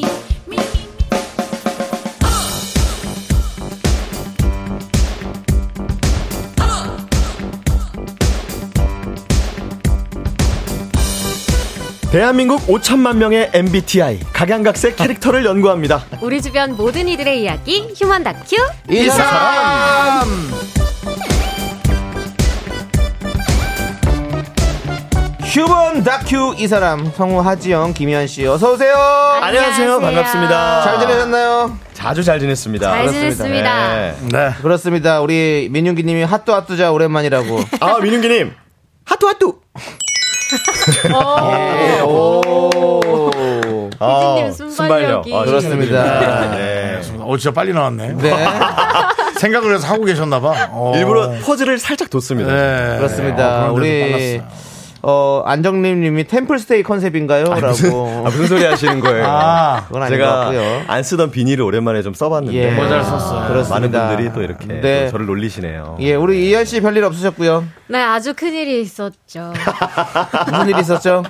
Me, me, 대한민국 5천만 명의 MBTI 각양각색 캐릭터를 연구합니다. 우리 주변 모든 이들의 이야기 휴먼 다큐 이 사람. 휴먼 다큐 이 사람 성우 하지영 김희연 씨 어서 오세요. 안녕하세요. 반갑습니다. 잘 지내셨나요? 자주 아. 잘 지냈습니다. 잘 그렇습니다. 지냈습니다. 네. 네 그렇습니다. 우리 민윤기님이 핫도 핫도자 오랜만이라고. 아 민윤기님 하뚜 하뚜. 예, 오. 피디님 순발력이. 아, 그렇습니다. 네. 어 진짜 빨리 나왔네 네. 생각을 해서 하고 계셨나봐. 어. 일부러 퍼즐을 살짝 뒀습니다. 네. 그렇습니다. 어, 그런 데도 우리 빨랐어요. 어, 안정님 님이 템플스테이 컨셉인가요? 무슨, 라고. 아, 무슨 소리 하시는 거예요? 아, 그건 아닌 것 제가 같고요. 안 쓰던 비닐을 오랜만에 좀 예. 써봤는데 모자를 썼어요. 많은 그렇습니다. 분들이 또 이렇게 네. 또 저를 놀리시네요. 예, 우리 이현 씨 별일 없으셨고요. 네, 아주 큰일이 있었죠. 무슨 일 있었죠?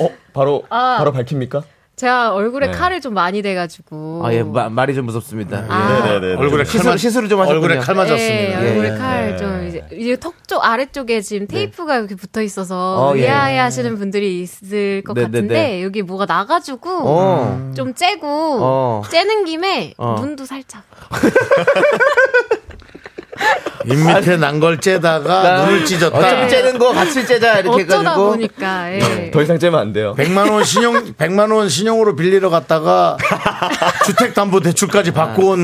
어, 바로 아. 바로 밝힙니까? 제가 얼굴에 네. 칼을 좀 많이 대가지고. 아, 아, 예, 마- 말이 좀 무섭습니다. 네네네. 얼굴에 칼 시술, 맞, 시술을 좀 하셨군요. 얼굴에 칼 예, 맞았습니다. 얼굴에 예. 네. 칼 좀, 이제, 이 턱쪽 아래쪽에 지금 테이프가 이렇게 붙어 있어서 어, 예. 의아해 하시는 분들이 있을 것 네, 네, 같은데, 네. 여기 뭐가 나가지고, 어. 좀 째고, 어. 째는 김에, 어. 눈도 살짝. 입 밑에 난 걸 째다가 눈을 찢었다. 아. 어차피 째는 거 같이 째자 이렇게 네. 어쩌다 해가지고 네. 보니까, 예. 더 이상 째면 안 돼요. 100만 원 신용 100만 원 신용으로 빌리러 갔다가 주택 담보 대출까지 받고 온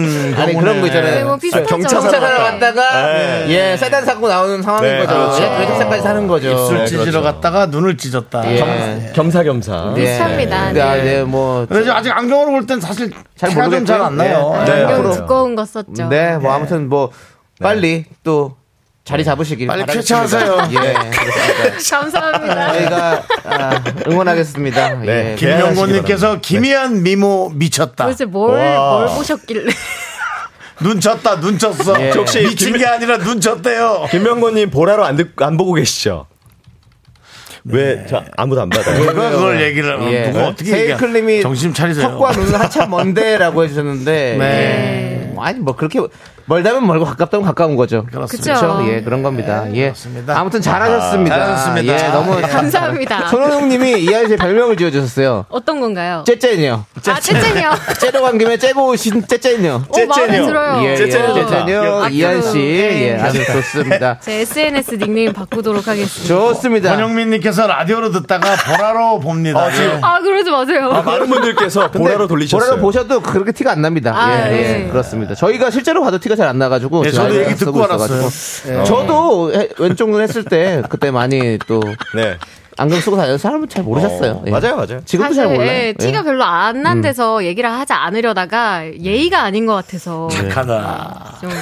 경우네. 아니 그런 거 네, 있잖아요. 뭐 비슷하죠. 경찰서로 갔다가 네. 예 세단 사고 나오는 상황인 네, 거죠. 그렇죠. 예, 경찰까지 사는 거죠. 네, 입술 찢으러 그렇죠. 갔다가 눈을 찢었다. 예. 겸사겸사. 예. 비슷합니다. 근데 아, 네. 예, 뭐 근데 지금 아직 안경으로 볼 땐 사실 잘 티가 좀 잘 안 모르겠고요. 나요. 예. 네, 안경 앞으로. 두꺼운 거 썼죠. 네, 뭐 아무튼 뭐 빨리 또 자리 잡으시길 빨리 바라겠습니다. 쾌차하세요. 예, 그렇습니다. 감사합니다. 저희가 아, 응원하겠습니다. 네. 예. 김영곤님께서 김희한 미모 미쳤다. 도대체 뭘, 와. 뭘 보셨길래. 눈 쳤다, 눈 쳤어. 예. 혹시 미친 김- 게 아니라 눈 쳤대요. 김명곤님 보라로 안, 듣, 안 보고 계시죠? 왜, 저 아무도 안 받아요? 누가 그걸 얘기를 예. 누가 어떻게 얘기해? 세이클님이 정신 차리세요. 턱과 눈은 한참 먼데라고 해주셨는데 네. 예. 아니 뭐 그렇게 멀다면 멀고 가깝다면 가까운 거죠. 그렇습니다. 네, 그쵸. 그렇죠? 예 그런 겁니다. 예. 그렇습니다. 아무튼 잘하셨습니다. 아, 잘하셨습니다. 예 너무 감사합니다. 손호동님이 이하이 씨 별명을 지어주셨어요. 어떤 건가요? 째째녀. 아, 째째요. 째로 간 김에 째고 오신 째째녀. 오, 마음에 째째녀. 들어요. 예, 예, 째째녀 좋다. 아, 째째녀 이한 씨, 네. 예, 아주 좋습니다. 제 SNS 닉네임 바꾸도록 하겠습니다. 좋습니다. 권영민님께서 라디오로 듣다가 보라로 봅니다. 예. 아, 그러지 마세요. 네. 아, 어, 많은 분들께서 근데 보라로 돌리셨어요. 보라로 보셔도 그렇게 티가 안 납니다. 아, 예, 네. 예, 그렇습니다. 저희가 실제로 봐도 티가 잘 안 나가지고. 예, 저도 제가 얘기 듣고 쓰고 있어가지고. 알았어요. 예. 저도 해- 왼쪽 눈 했을 때 그때 많이 또 네. 안경 쓰고 다녀서 사람은 잘 모르셨어요. 어, 예. 맞아요, 맞아요. 지금도 사실 잘 몰라요. 음. 예, 티가 별로 안 난 데서 얘기를 하지 않으려다가 예의가 아닌 것 같아서 예. 착하다. 좀 예.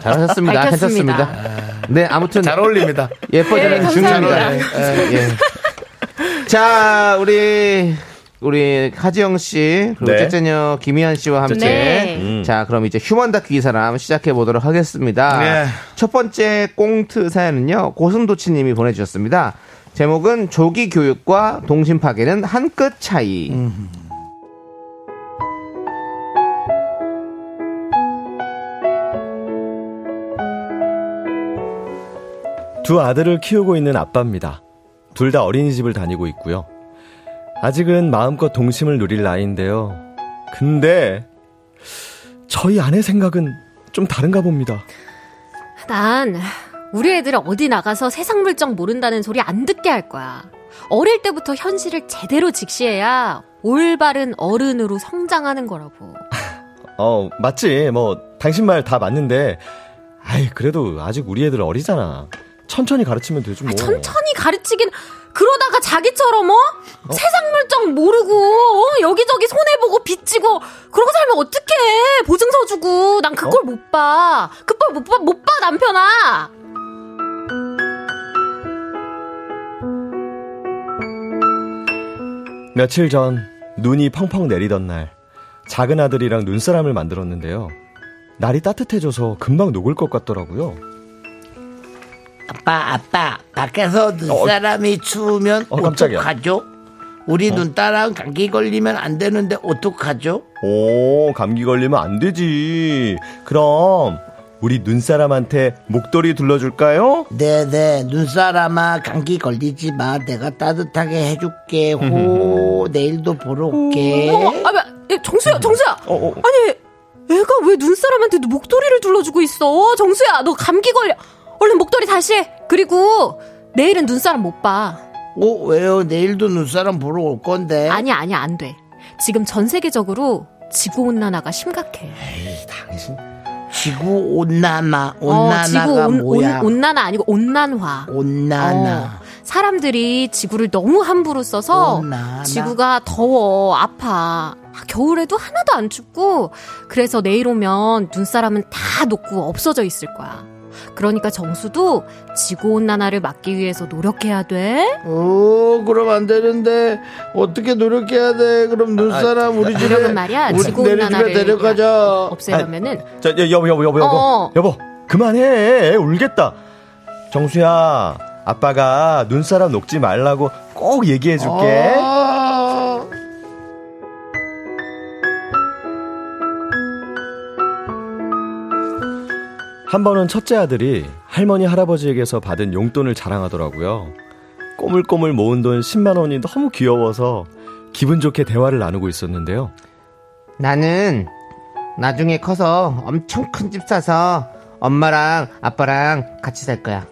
잘하셨습니다. 밝혔습니다. 괜찮습니다. 네, 아무튼 잘 어울립니다. 예뻐지는 예, 중입니다. 감사합니다. 예, 예. 자, 우리 우리 하지영 씨 그리고 네. 째째녀 김희한 씨와 함께 네. 음. 자, 그럼 이제 휴먼 다큐 이 사람 시작해 보도록 하겠습니다. 네. 첫 번째 꽁트 사연은요. 고슴도치 님이 보내 주셨습니다. 제목은 조기 교육과 동심 파괴는 한 끗 차이. 음. 두 아들을 키우고 있는 아빠입니다. 둘 다 어린이집을 다니고 있고요. 아직은 마음껏 동심을 누릴 나이인데요. 근데 저희 아내 생각은 좀 다른가 봅니다. 난 우리 애들 어디 나가서 세상 물정 모른다는 소리 안 듣게 할 거야. 어릴 때부터 현실을 제대로 직시해야 올바른 어른으로 성장하는 거라고. 어, 맞지. 뭐 당신 말 다 맞는데 아이, 그래도 아직 우리 애들 어리잖아. 천천히 가르치면 되지 뭐. 아, 천천히 가르치긴 그러다가 자기처럼 어? 세상 물정 모르고 어? 여기저기 손해 보고 빚지고 그러고 살면 어떡해 보증서 주고 난 그걸 못 봐. 그걸 못 봐, 못 봐 남편아. 며칠 전 눈이 펑펑 내리던 날 작은 아들이랑 눈사람을 만들었는데요. 날이 따뜻해져서 금방 녹을 것 같더라고요. 아빠, 아빠, 밖에서 눈사람이 추우면 어, 깜짝이야. 어떡하죠? 우리 눈따랑 감기 걸리면 안 되는데 어떡하죠? 오, 감기 걸리면 안 되지. 그럼 우리 눈사람한테 목도리 둘러줄까요? 네네, 눈사람아, 감기 걸리지 마. 내가 따뜻하게 해줄게. 호, 음. 내일도 보러 올게. 어머, 아, 야, 야, 정수야, 정수야. 어, 아니, 애가 왜 눈사람한테 목도리를 둘러주고 있어? 정수야, 너 감기 걸려. 얼른 목도리 다시 해. 그리고 내일은 눈사람 못 봐. 오, 어, 왜요? 내일도 눈사람 보러 올 건데. 아니, 아니, 안 돼. 지금 전 세계적으로 지구온난화가 심각해. 지구 온난화, 어, 지구 온난화가 온, 뭐야? 난화 아니고 온난화. 온난화. 어, 사람들이 지구를 너무 함부로 써서 온난화. 지구가 더워, 아파. 겨울에도 하나도 안 춥고 그래서 내일 오면 눈사람은 다 녹고 없어져 있을 거야. 그러니까 정수도 지구온난화를 막기 위해서 노력해야 돼. 오, 그럼 안 되는데 어떻게 노력해야 돼? 그럼 눈사람 우리 집에 그러면 말이야 우리 지구온난화를 내리 집에 내려가자. 아. 없애려면은 자, 여- 여보, 여보, 여보, 여보. 어. 여보, 그만해. 애 울겠다. 정수야, 아빠가 눈사람 녹지 말라고 꼭 얘기해줄게. 한 번은 첫째 아들이 할머니 할아버지에게서 받은 용돈을 자랑하더라고요. 꼬물꼬물 모은 돈 10만 원이 너무 귀여워서 기분 좋게 대화를 나누고 있었는데요. 어. 나는 나중에 커서 엄청 큰 집 사서 엄마랑 아빠랑 같이 살 거야.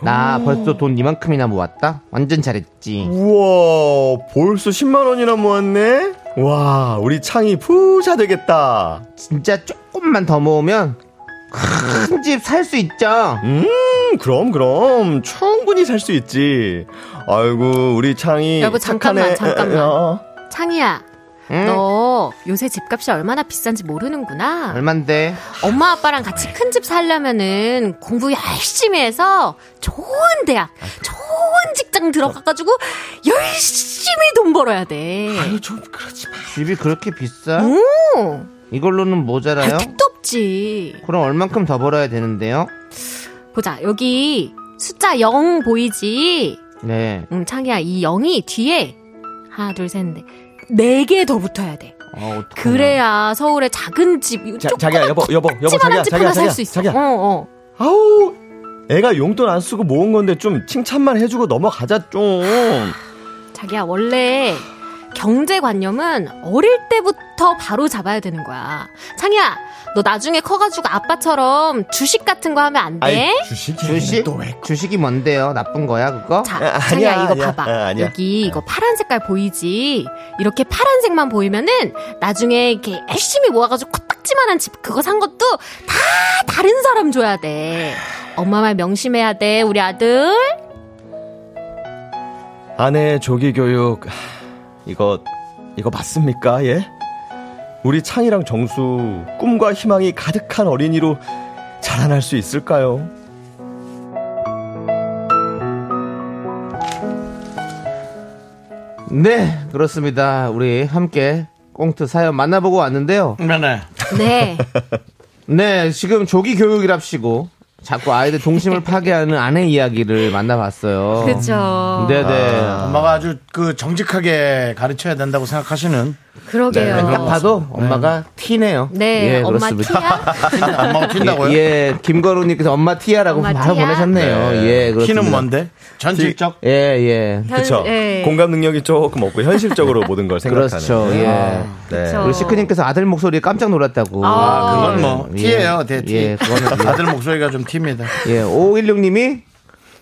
나 어. 벌써 돈 이만큼이나 모았다. 완전 잘했지. 우와, 벌써 10만 원이나 모았네. 와, 우리 창이 부자 되겠다. 진짜 조금만 더 모으면 큰 집 살 수 있죠. 음, 그럼 그럼 충분히 살 수 있지. 아이고 우리 창이 여보, 잠깐만, 착하네. 잠깐만. 어, 창희야 너 요새 집값이 얼마나 비싼지 모르는구나. 얼만데? 엄마 아빠랑 같이 큰 집 살려면은 공부 열심히 해서 좋은 대학, 아, 그 좋은 직장 들어가가지고 열심히 돈 벌어야 돼. 아, 집이 그렇게 비싸? 오, 이걸로는 모자라요? 아, 택도 없지. 그럼 얼만큼 더 벌어야 되는데요? 보자, 여기 숫자 0 보이지? 네. 응, 창이야, 이 0이 뒤에 하나, 둘, 셋, 넷. 네 개 더 붙어야 돼. 아, 어떡하냐. 그래야 서울의 작은 집, 자, 자기야 여보 여보 여보 자기야 조그만한 집 자기야 하나 살 자기야 수 있어. 자기야. 어, 어. 아우 애가 용돈 안 쓰고 모은 건데 좀 칭찬만 해주고 넘어가자 좀. 자기야 원래 경제관념은 어릴 때부터 바로 잡아야 되는 거야. 창이야, 너 나중에 커가지고 아빠처럼 주식 같은 거 하면 안 돼? 주식이 주식? 주식이 뭔데요? 나쁜 거야, 그거? 자, 아, 창이야 아니야, 이거 아니야. 봐봐. 아, 아니야. 여기 이거 파란 색깔 보이지? 이렇게 파란색만 보이면은 나중에 이렇게 열심히 모아가지고 코딱지만한 집 그거 산 것도 다 다른 사람 줘야 돼. 엄마 말 명심해야 돼, 우리 아들. 아내의 조기 교육 하, 이거 이거 맞습니까 예? 우리 창이랑 정수 꿈과 희망이 가득한 어린이로 자라날 수 있을까요? 네, 그렇습니다. 우리 함께 꽁트 사연 만나보고 왔는데요. 네네. 네. 네, 지금 조기 교육이랍시고 자꾸 아이들 동심을 파괴하는 아내 이야기를 만나봤어요. 그렇죠. 그죠. 네네. 엄마가 아주 그 정직하게 가르쳐야 된다고 생각하시는 그러게요. 딱 봐도 엄마가 티네요. 네, 네, 예, 엄마 그렇습니다. 티야? 엄마가 튄다고요? 예, 예, 김거루님께서 엄마 티야라고 엄마 바로 티야? 보내셨네요. 예, 그렇습니다. 키는 뭔데? 전직적? 예, 예. 현- 그쵸 예. 공감 능력이 조금 없고 현실적으로 모든 걸 생각하는 그렇죠. 예. 아. 네. 그쵸. 우리 시크님께서 아들 목소리에 깜짝 놀랐다고. 어. 아, 그건 뭐 예. 티예요, 대 티. 예, 그거는 아들 목소리가 좀 팁니다. 예, 516님이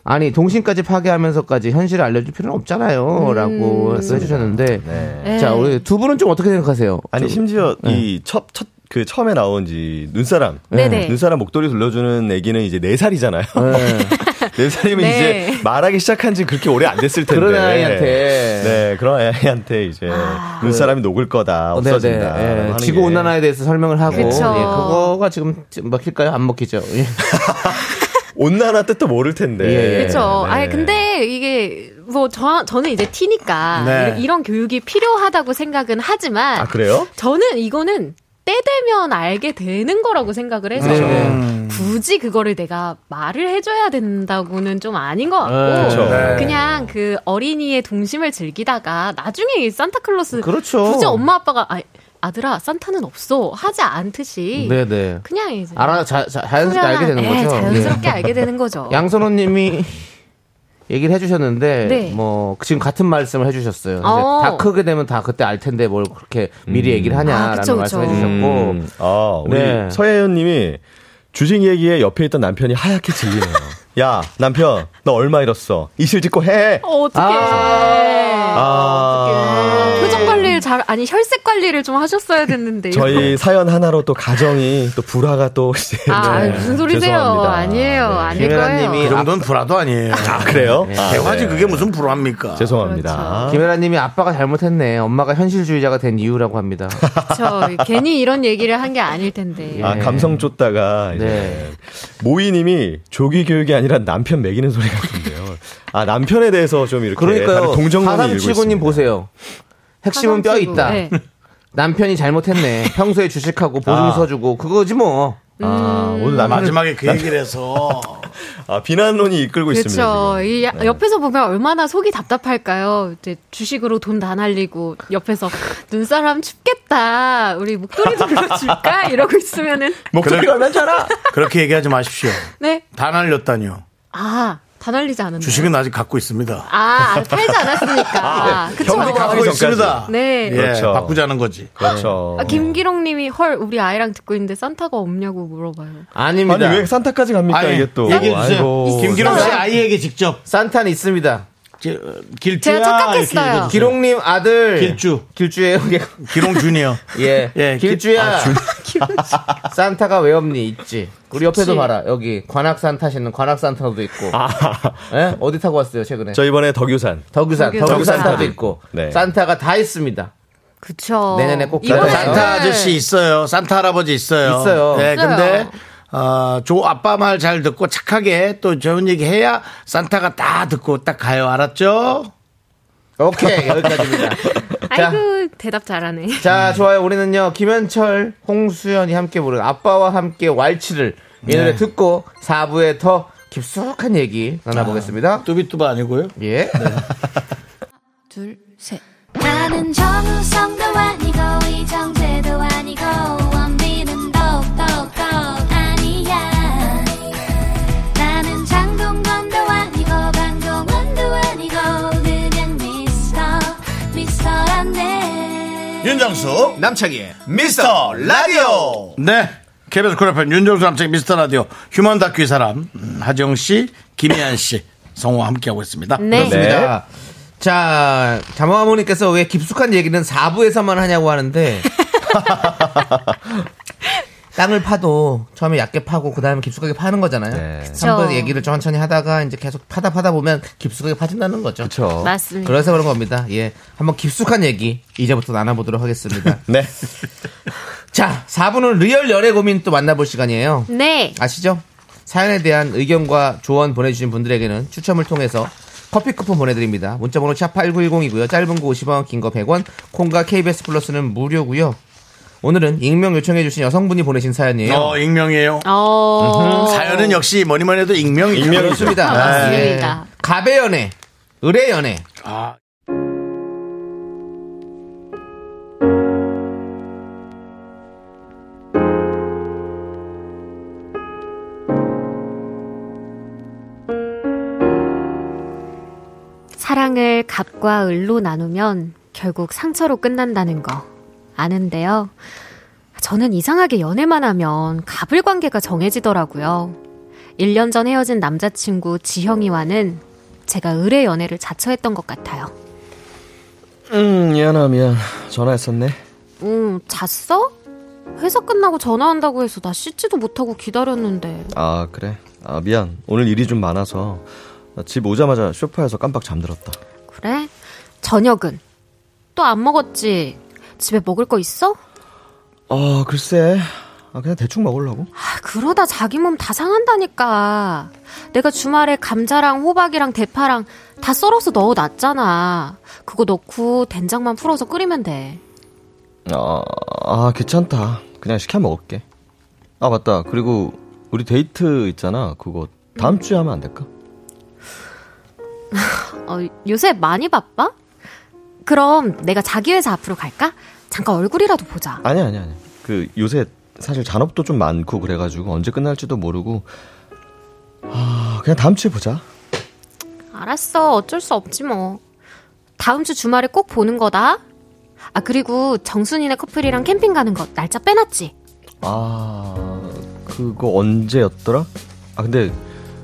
아니 동심까지 파괴하면서까지 현실을 알려줄 필요는 음. 없잖아요 라고 해주셨는데 네. 네. 자 우리 두 분은 좀 어떻게 생각하세요? 아니 좀- 예. 심지어 이 첫 첫 그 처음에 나온 이 눈사람 네네. 눈사람 목도리 돌려주는 애기는 이제 네 살이잖아요. 네 살이면 네. 이제 말하기 시작한 지 그렇게 오래 안 됐을 텐데. 그런 아이한테. 네 그런 아이한테 이제 눈사람이 녹을 거다 없어진다. 네, 네. 하는 게. 지구 온난화에 대해서 설명을 하고 예, 그쵸. 그거가 지금 먹힐까요? 안 먹히죠. 예. 온난화 뜻도 모를 텐데. 예, 예. 그렇죠. 네. 아니 근데 이게 뭐 저, 저는 이제 티니까 네. 이런, 이런 교육이 필요하다고 생각은 하지만 아 그래요? 저는 이거는 때 되면 알게 되는 거라고 생각을 네, 해서 그렇죠. 음. 굳이 그거를 내가 말을 해줘야 된다고는 좀 아닌 것 같고 그렇죠. 그쵸. 네. 그냥 그 어린이의 동심을 즐기다가 나중에 이 산타클로스 그렇죠. 굳이 엄마 아빠가 아, 아들아 산타는 없어 하지 않듯이 네네. 그냥 이제 알아 자, 자, 자연스럽게 알게 되는 예, 거죠. 네. 자연스럽게 알게 되는 거죠. 예. 양선호님이 얘기를 해주셨는데 네. 뭐 지금 같은 말씀을 해주셨어요. 이제 어. 다 크게 되면 다 그때 알 텐데 뭘 그렇게 미리 얘기를 아, 하냐라는 그쵸, 그쵸. 말씀해주셨고 음, 아, 우리 네. 서혜연님이 주식 얘기에 옆에 있던 남편이 하얗게 질리네요. 야, 남편, 너 얼마 잃었어? 이실 짓고 해. 어떡해. 아. 아, 표정 관리를 잘 아, 아니 혈색 관리를 좀 하셨어야 됐는데. 저희 사연 하나로 또 가정이 또 불화가 또 이제 아 네. 무슨 소리세요? 죄송합니다. 네. 아니에요, 네. 아닐 거예요. 김연아님이 이 정도는 불화도 아니에요. 그 아, 그래요? 아, 대화지 그게 무슨 불화입니까? 죄송합니다. 그렇죠. 김연아님이 아빠가 잘못했네. 엄마가 현실주의자가 된 이유라고 합니다. 그렇죠. 괜히 이런 얘기를 한 게 아닐 텐데. 아, 감성 쫓다가 이제 예. 네. 모이님이 조기 교육이 아니라 남편 매기는 소리 같은데요. 아 남편에 대해서 좀 이렇게 그러니까요. 다른 동정론이 일고 있습니다. 4379님 보세요. 핵심은 뼈 화장실도. 있다. 네. 남편이 잘못했네. 평소에 주식하고 보증 아. 서주고 그거지 뭐. 음. 아, 오늘 아, 남 마지막에 그 얘기를 해서 아, 비난론이 이끌고 있습니다. 그렇죠. 지금. 네. 이 야- 옆에서 보면 얼마나 속이 답답할까요. 이제 주식으로 돈 다 날리고 옆에서 눈사람 춥겠다. 우리 목도리도 불러줄까? 이러고 있으면은 목소리 그래. 얼마잖아. 그렇게 얘기하지 마십시오. 네. 다 날렸다니요. 아, 다 날리지 않은데. 주식은 아직 갖고 있습니다. 아, 팔지 않았으니까. 그쵸. 아, 네. 경기 갖고 하기 전까지. 있습니다. 네. 예, 그렇죠. 바꾸자는 거지. 그렇죠. 아, 김기롱 님이 헐, 우리 아이랑 듣고 있는데 산타가 없냐고 물어봐요. 아닙니다. 아니 왜 산타까지 갑니까 아니, 이게 또? 얘기해 주세요. 아이고. 김기룡 네. 씨 아이에게 직접 산타는 있습니다. 기- 어, 길주야 제가 착각했어요. 이렇게 읽어주세요. 기롱님 아들 길주. 길주예요. 기롱 주니어. 예. 예, 기- 길주야. 산타가 왜 없니? 있지. 우리 옆에도 봐라. 여기 관악 산타시는 관악 산타도 있고. 예? 어디 타고 왔어요 최근에? 저 이번에 덕유산. 덕유산, 덕유산. 덕유산 산타도 덕유산. 있고. 네. 산타가 다 있습니다. 그쵸. 내년에 꼭 이번에- 네. 가요. 산타 아저씨 있어요. 산타 할아버지 있어요. 있어요. 네, 있어요. 근데 어, 조 아빠 말 잘 듣고 착하게 또 좋은 얘기 해야 산타가 다 듣고 딱 가요. 알았죠? 오케이 여기까지입니다. 자, 아이고, 대답 잘하네. 자, 좋아요. 우리는요, 김현철, 홍수연이 함께 부른 아빠와 함께 왈츠를 이 노래 듣고 4부에 더 깊숙한 얘기 나눠보겠습니다. 뚜비뚜바 아니고요. 예. 나는 정우성도 아니고 이정재도 아니고 원빈은 더욱더 아니야 나는 장동건도 아니고 강동원도 아니고 그냥 미스터 미스터란데 윤정수 남창희의 미스터 라디오. 네. KBS 쿨 FM 윤정수 남창 미스터 라디오 휴먼 다큐 이 사람 음, 하정 씨, 김희안 씨, 성우와 함께하고 있습니다. 네. 입니다. 자, 자모아모님께서 왜 깊숙한 얘기는 4부에서만 하냐고 하는데. 땅을 파도 처음에 얕게 파고 그 다음에 깊숙하게 파는 거잖아요. 네. 그쵸. 한번 얘기를 천천히 하다가 이제 계속 파다 파다 보면 깊숙하게 파진다는 거죠. 그렇죠. 맞습니다. 그래서 그런 겁니다. 예. 한번 깊숙한 얘기 이제부터 나눠보도록 하겠습니다. 네. 자, 4분은 리얼 연애 고민 또 만나볼 시간이에요. 네. 아시죠? 사연에 대한 의견과 조언 보내주신 분들에게는 추첨을 통해서 커피 쿠폰 보내드립니다. 문자번호 샵 8910이고요. 짧은 거 50원, 긴 거 100원, 콩과 KBS 플러스는 무료고요. 오늘은 익명 요청해주신 여성분이 보내신 사연이에요. 어, 익명이에요. 어. 사연은 역시 뭐니뭐니 해도 익명이죠. 익명이죠. 그렇습니다. 맞습니다. 예. 가배 연애, 의뢰 연애. 아, 사랑을 갑과 을로 나누면 결국 상처로 끝난다는 거 아는데요. 저는 이상하게 연애만 하면 갑을 관계가 정해지더라고요. 1년 전 헤어진 남자친구 지형이와는 제가 의뢰 연애를 자처했던 것 같아요. 음 미안하 미안. 전화했었네. 응, 음, 잤어? 회사 끝나고 전화한다고 해서 나 씻지도 못하고 기다렸는데. 아 그래. 아 미안. 오늘 일이 좀 많아서 집 오자마자 쇼파에서 깜빡 잠들었다. 그래? 저녁은? 또 안 먹었지? 집에 먹을 거 있어? 아 글쎄. 아 그냥 대충 먹으려고. 아, 그러다 자기 몸 다 상한다니까. 내가 주말에 감자랑 호박이랑 대파랑 다 썰어서 넣어놨잖아. 그거 넣고 된장만 풀어서 끓이면 돼. 아, 아 괜찮다. 그냥 시켜 먹을게. 아 맞다. 그리고 우리 데이트 있잖아. 그거 다음 주에 하면 안 될까? 어, 요새 많이 바빠? 그럼 내가 자기 회사 앞으로 갈까? 잠깐 얼굴이라도 보자. 아니 아니 아니. 그 요새 사실 잔업도 좀 많고 그래가지고 언제 끝날지도 모르고 아 그냥 다음 주에 보자. 알았어. 어쩔 수 없지 뭐. 다음 주 주말에 꼭 보는 거다. 아, 그리고 정순이네 커플이랑 캠핑 가는 거 날짜 빼놨지? 아 그거 언제였더라? 아 근데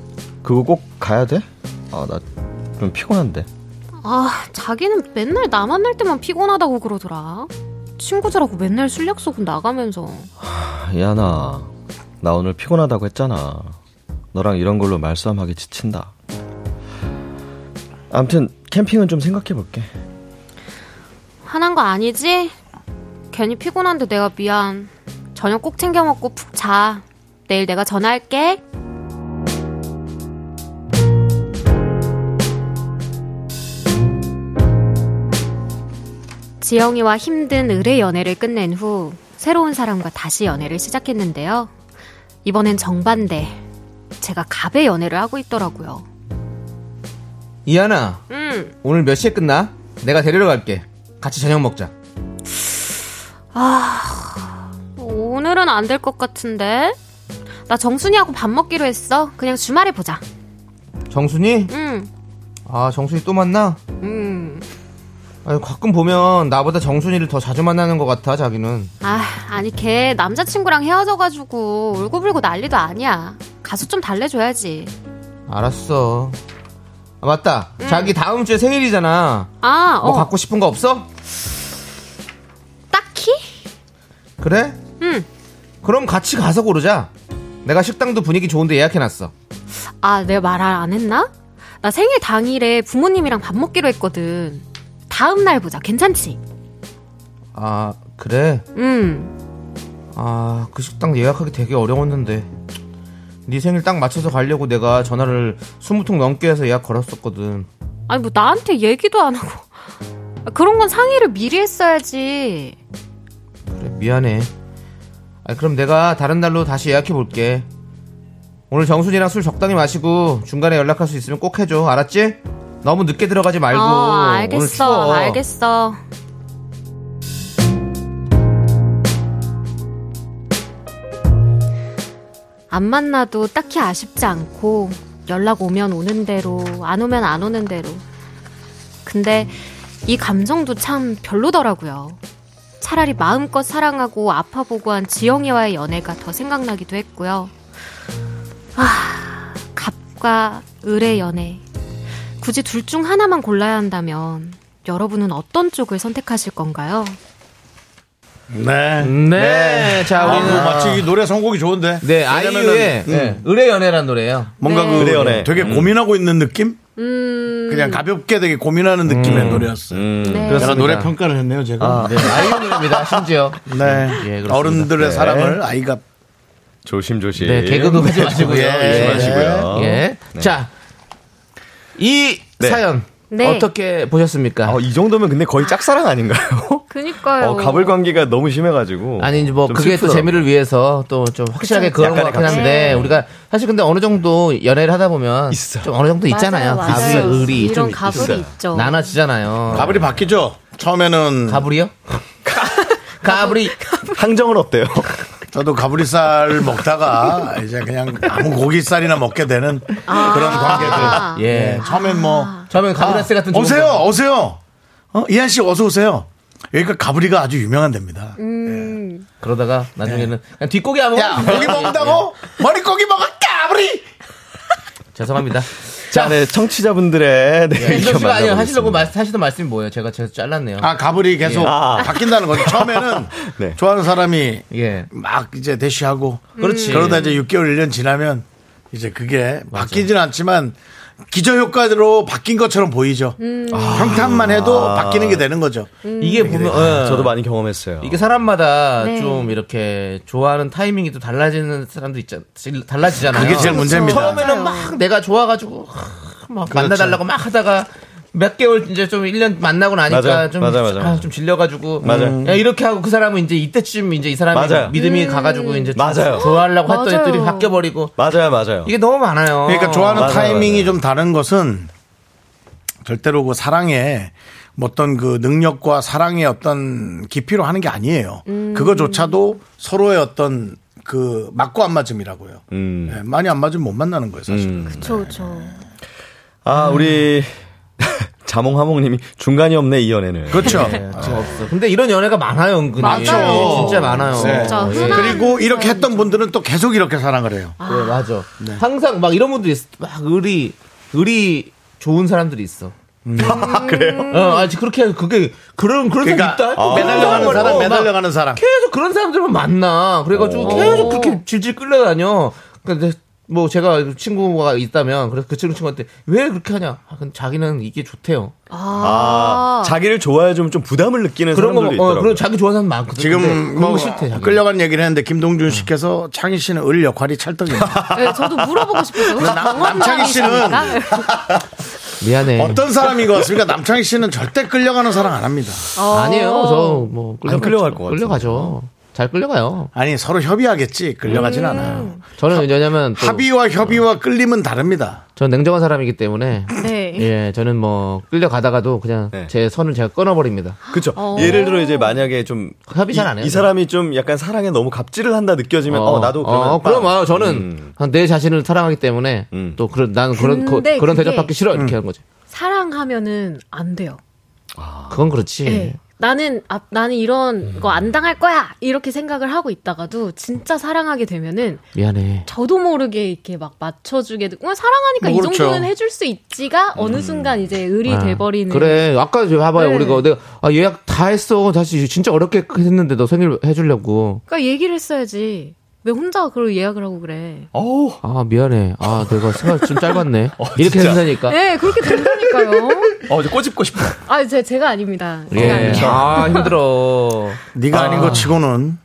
그거 꼭 가야 돼? 아 나 좀 피곤한데. 아, 자기는 맨날 나 만날 때만 피곤하다고 그러더라. 친구들하고 맨날 술 약속은 나가면서. 야나 아, 나 오늘 피곤하다고 했잖아 너랑 이런 걸로 말싸움하기 지친다 암튼 캠핑은 좀 생각해볼게 화난 거 아니지? 괜히 피곤한데 내가 미안. 저녁 꼭 챙겨 먹고 푹 자. 내일 내가 전화할게. 지영이와 힘든 을의 연애를 끝낸 후 새로운 사람과 다시 연애를 시작했는데요. 이번엔 정반대. 제가 갑의 연애를 하고 있더라고요. 이하나 음, 오늘 몇 시에 끝나? 내가 데리러 갈게. 같이 저녁 먹자. 오늘은 안 될 것 같은데. 나 정순이하고 밥 먹기로 했어. 그냥 주말에 보자. 정순이? 응, 아 정순이 또 만나? 음. 아니, 가끔 보면 나보다 정순이를 더 자주 만나는 것 같아 자기는. 아, 아니 걔 남자친구랑 헤어져가지고 울고불고 난리도 아니야. 가서 좀 달래줘야지. 알았어. 아, 맞다. 자기 다음 주에 생일이잖아. 아, 어, 뭐 갖고 싶은 거 없어? 딱히? 그래? 응. 그럼 같이 가서 고르자. 내가 식당도 분위기 좋은데 예약해놨어. 아, 내가 말 안 했나? 나 생일 당일에 부모님이랑 밥 먹기로 했거든. 다음 날 보자. 괜찮지? 아 그래? 음. 아 그 식당 예약하기 되게 어려웠는데 네 생일 딱 맞춰서 가려고 내가 전화를 20통 넘게 해서 예약 걸었었거든 아니 뭐 나한테 얘기도 안 하고 아, 그런 건 상의를 미리 했어야지. 그래 미안해 아 그럼 내가 다른 날로 다시 예약해 볼게 오늘 정순이랑 술 적당히 마시고 중간에 연락할 수 있으면 꼭 해줘 알았지? 너무 늦게 들어가지 말고 어, 오늘 알겠어. 추워. 알겠어. 안 만나도 딱히 아쉽지 않고 연락 오면 오는 대로 안 오면 안 오는 대로. 근데 이 감정도 참 별로더라고요. 차라리 마음껏 사랑하고 아파보고 한 지영이와의 연애가 더 생각나기도 했고요. 아, 갑과 을의 연애. 굳이 둘 중 하나만 골라야 한다면 여러분은 어떤 쪽을 선택하실 건가요? 네. 네, 자 아, 우리는 그 마치 이 노래 선곡이 좋은데. 네 왜냐면은, 아이유의 음, 의뢰 연애란 노래예요 뭔가 네. 그 그래요, 네. 되게 음. 고민하고 있는 느낌? 그냥 가볍게 되게 고민하는 느낌의 노래였어요. 음, 네. 제가 음. 그렇습니다. 노래 평가를 했네요, 제가. 네, 아이유 노래입니다 심지어 네. 예, 그렇습니다. 어른들의 네. 사랑을 아이가 조심조심 네, 개그도 하지 마시고요. 예. 예. 조심하시고요 예. 자, 이 네. 사연 네. 어떻게 보셨습니까? 어, 이 정도면 근데 거의 짝사랑 아닌가요? 그니까요. 어, 갑을 관계가 너무 심해가지고 아니 이제 뭐 좀 그게 또 슬프더라고요. 재미를 위해서 또 좀 확실하게 그쵸. 그런 것 약간의 같긴 값이. 한데 우리가 사실 근데 어느 정도 연애를 하다 보면 있어. 좀 어느 정도 있잖아요. 맞아요, 가불이, 맞아요. 을이 이런 좀 가불이 있어요. 있죠. 나눠지잖아요. 가불이 바뀌죠. 처음에는 가불이요? 가불이 항정은 어때요? 저도 가브리살 먹다가 이제 그냥 아무 고기살이나 먹게 되는 그런 관계들. 아. 예. 예, 처음엔 뭐 처음엔 가브리스 아, 같은 좋은 오세요, 거. 오세요. 어, 이한 씨 어서 오세요. 여기가 가브리가 아주 유명한 데입니다. 그러다가 나중에는 네. 그냥 뒷고기 아무 야, 고기 뭐- 먹는다고 머리 고기 먹어 가브리. 죄송합니다. 자, 네, 청취자분들의 네, 의견 윤정 씨가 아니요 만나보겠습니다. 하시려고 말, 하시던 말씀이 뭐예요? 제가 제가 잘랐네요. 아, 가브리 계속 아. 바뀐다는 거죠. 처음에는 네. 좋아하는 사람이 예. 막 이제 대시하고 음. 그렇지. 그러다 이제 6개월 1년 지나면 이제 그게 바뀌진 않지만 기저 효과로 바뀐 것처럼 보이죠. 평탄만 해도 바뀌는 게 되는 거죠. 이게 보면 예. 네. 아, 저도 많이 경험했어요. 이게 사람마다 네. 좀 이렇게 좋아하는 타이밍이 또 달라지는 사람도 있잖 달라지잖아요. 그게 제일 문제입니다. 처음에는 막 내가 좋아가지고 하, 그렇죠. 막 만나달라고 막 하다가 몇 개월 이제 좀 1년 만나고 나니까 맞아요. 좀, 맞아요, 맞아요. 아, 좀 질려가지고 맞아요. 음, 야, 이렇게 하고 그 사람은 이제 이때쯤 이제 이 사람이 맞아요. 믿음이 가가지고 이제 좀 맞아요. 좋아하려고 했더니 또 맞아요. 이렇게 바뀌어버리고 맞아요, 맞아요. 이게 너무 많아요. 그러니까 좋아하는 맞아요, 타이밍이 좀 다른 것은 절대로 그 사랑에 뭐 어떤 그 능력과 사랑의 어떤 깊이로 하는 게 아니에요. 그거조차도 서로의 어떤 그 맞고 안 맞음이라고요. 음. 예, 많이 안 맞으면 못 만나는 거예요, 사실은. 그쵸, 그쵸. 음. 아, 우리 자몽하몽님이 중간이 없네 이 연애는. 그렇죠. 아, 없어. 근데 이런 연애가 많아요, 은근히. 많죠. 진짜 많아요. 네. 진짜 예. 흔한 그리고 이렇게 했던 분들은 또 계속 이렇게 사랑을 해요. 네, 맞아. 항상 막 이런 분들이 있어. 막 의리, 의리 좋은 사람들이 있어. 그래요? 어, 아직 그렇게 그게 그런 그런 그러니까 사람 있다. 또 매달려가는 막 사람, 막 매달려가는 사람. 계속 그런 사람들만 만나. 그래가지고 계속 그렇게 질질 끌려다녀. 근데 뭐 제가 친구가 있다면 그래서 그 친구 친구한테 왜 그렇게 하냐? 아, 근데 자기는 이게 좋대요. 아, 자기를 좋아해 주면 좀 부담을 느끼는 그런 거, 사람들도 어, 있더라고요. 그런 자기 좋아하는 사람 많거든. 근데 지금 그런 뭐 거 싫대. 자기는. 끌려간 얘기를 했는데 김동준 씨께서 창희 씨는 을 역할이 찰떡입니다. 네, 저도 물어보고 싶어요. 남- 남창희 씨는 음. 미안해. 어떤 사람인 것 같습니까? 남창희 씨는 절대 끌려가는 사람 안 합니다. 아니에요. 저뭐 안 끌려갈 것 같아요. 끌려가죠. 잘 끌려가요. 아니 서로 협의하겠지 끌려가진 음. 않아요. 저는 왜냐면 또 합의와 협의와 끌림은 다릅니다. 저는 냉정한 사람이기 때문에 네. 예, 저는 뭐 끌려가다가도 그냥 네. 제 선을 제가 끊어버립니다. 그렇죠. 예를 들어 이제 만약에 좀 협의 잘안 이- 해요. 이 사람이 좀 약간 사랑에 너무 갑질을 한다 느껴지면 어, 나도 그러면 어, 빵. 그럼 아, 저는 내 자신을 사랑하기 때문에 음. 또 그런 난 그런 거- 근데 그런 그게- 대접받기 싫어 이렇게 하는 거지. 사랑하면은 안 돼요. 그건 그렇지. 예. 나는 아, 나는 이런 거 안 당할 거야 이렇게 생각을 하고 있다가도 진짜 사랑하게 되면은 미안해. 저도 모르게 이렇게 막 맞춰주게 되고 그냥 사랑하니까 뭐 이 그렇죠. 정도는 해줄 수 있지가 어느 순간 이제 을이 아, 돼버리는 그래 아까 저 봐봐요 네. 우리가 내가 아, 예약 다 했어 다시 진짜 어렵게 했는데 너 생일 해주려고 그러니까 얘기를 했어야지 왜 혼자 그걸 예약을 하고 그래 어우, 아 미안해 아 내가 생각 좀 짧았네 이렇게 어, 진짜. 된다니까 네 그렇게 된다니까요 어, 이제 꼬집고 싶어. 아 제, 제가 아닙니다 제가 예. 아닙니다. 아 힘들어 네가 아. 닌거 치고는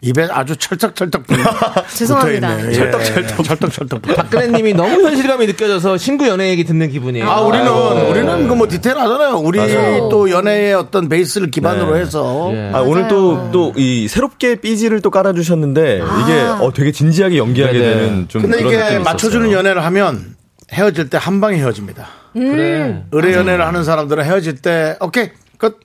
입에 아주 철떡철떡 붙어 죄송합니다. 있네요. 예. 철떡철떡 철떡철떡 붙어. 박근혜님이 너무 현실감이 느껴져서 신구 연애 얘기 듣는 기분이에요 아, 우리는, 우리는 그 뭐 디테일하잖아요. 우리 예. 맞아요. 또 연애의 어떤 베이스를 기반으로 해서. 예. 아, 오늘 네. 또, 또, 이, 새롭게 삐지를 또 깔아주셨는데, 이게, 어, 되게 진지하게 연기하게 네네. 되는 좀. 근데 그런 이게 느낌이 맞춰주는 있었어요. 연애를 하면 헤어질 때 한 방에 헤어집니다. 음, 그래 의뢰 음. 연애를 하는 사람들은 헤어질 때, 오케이, 끝.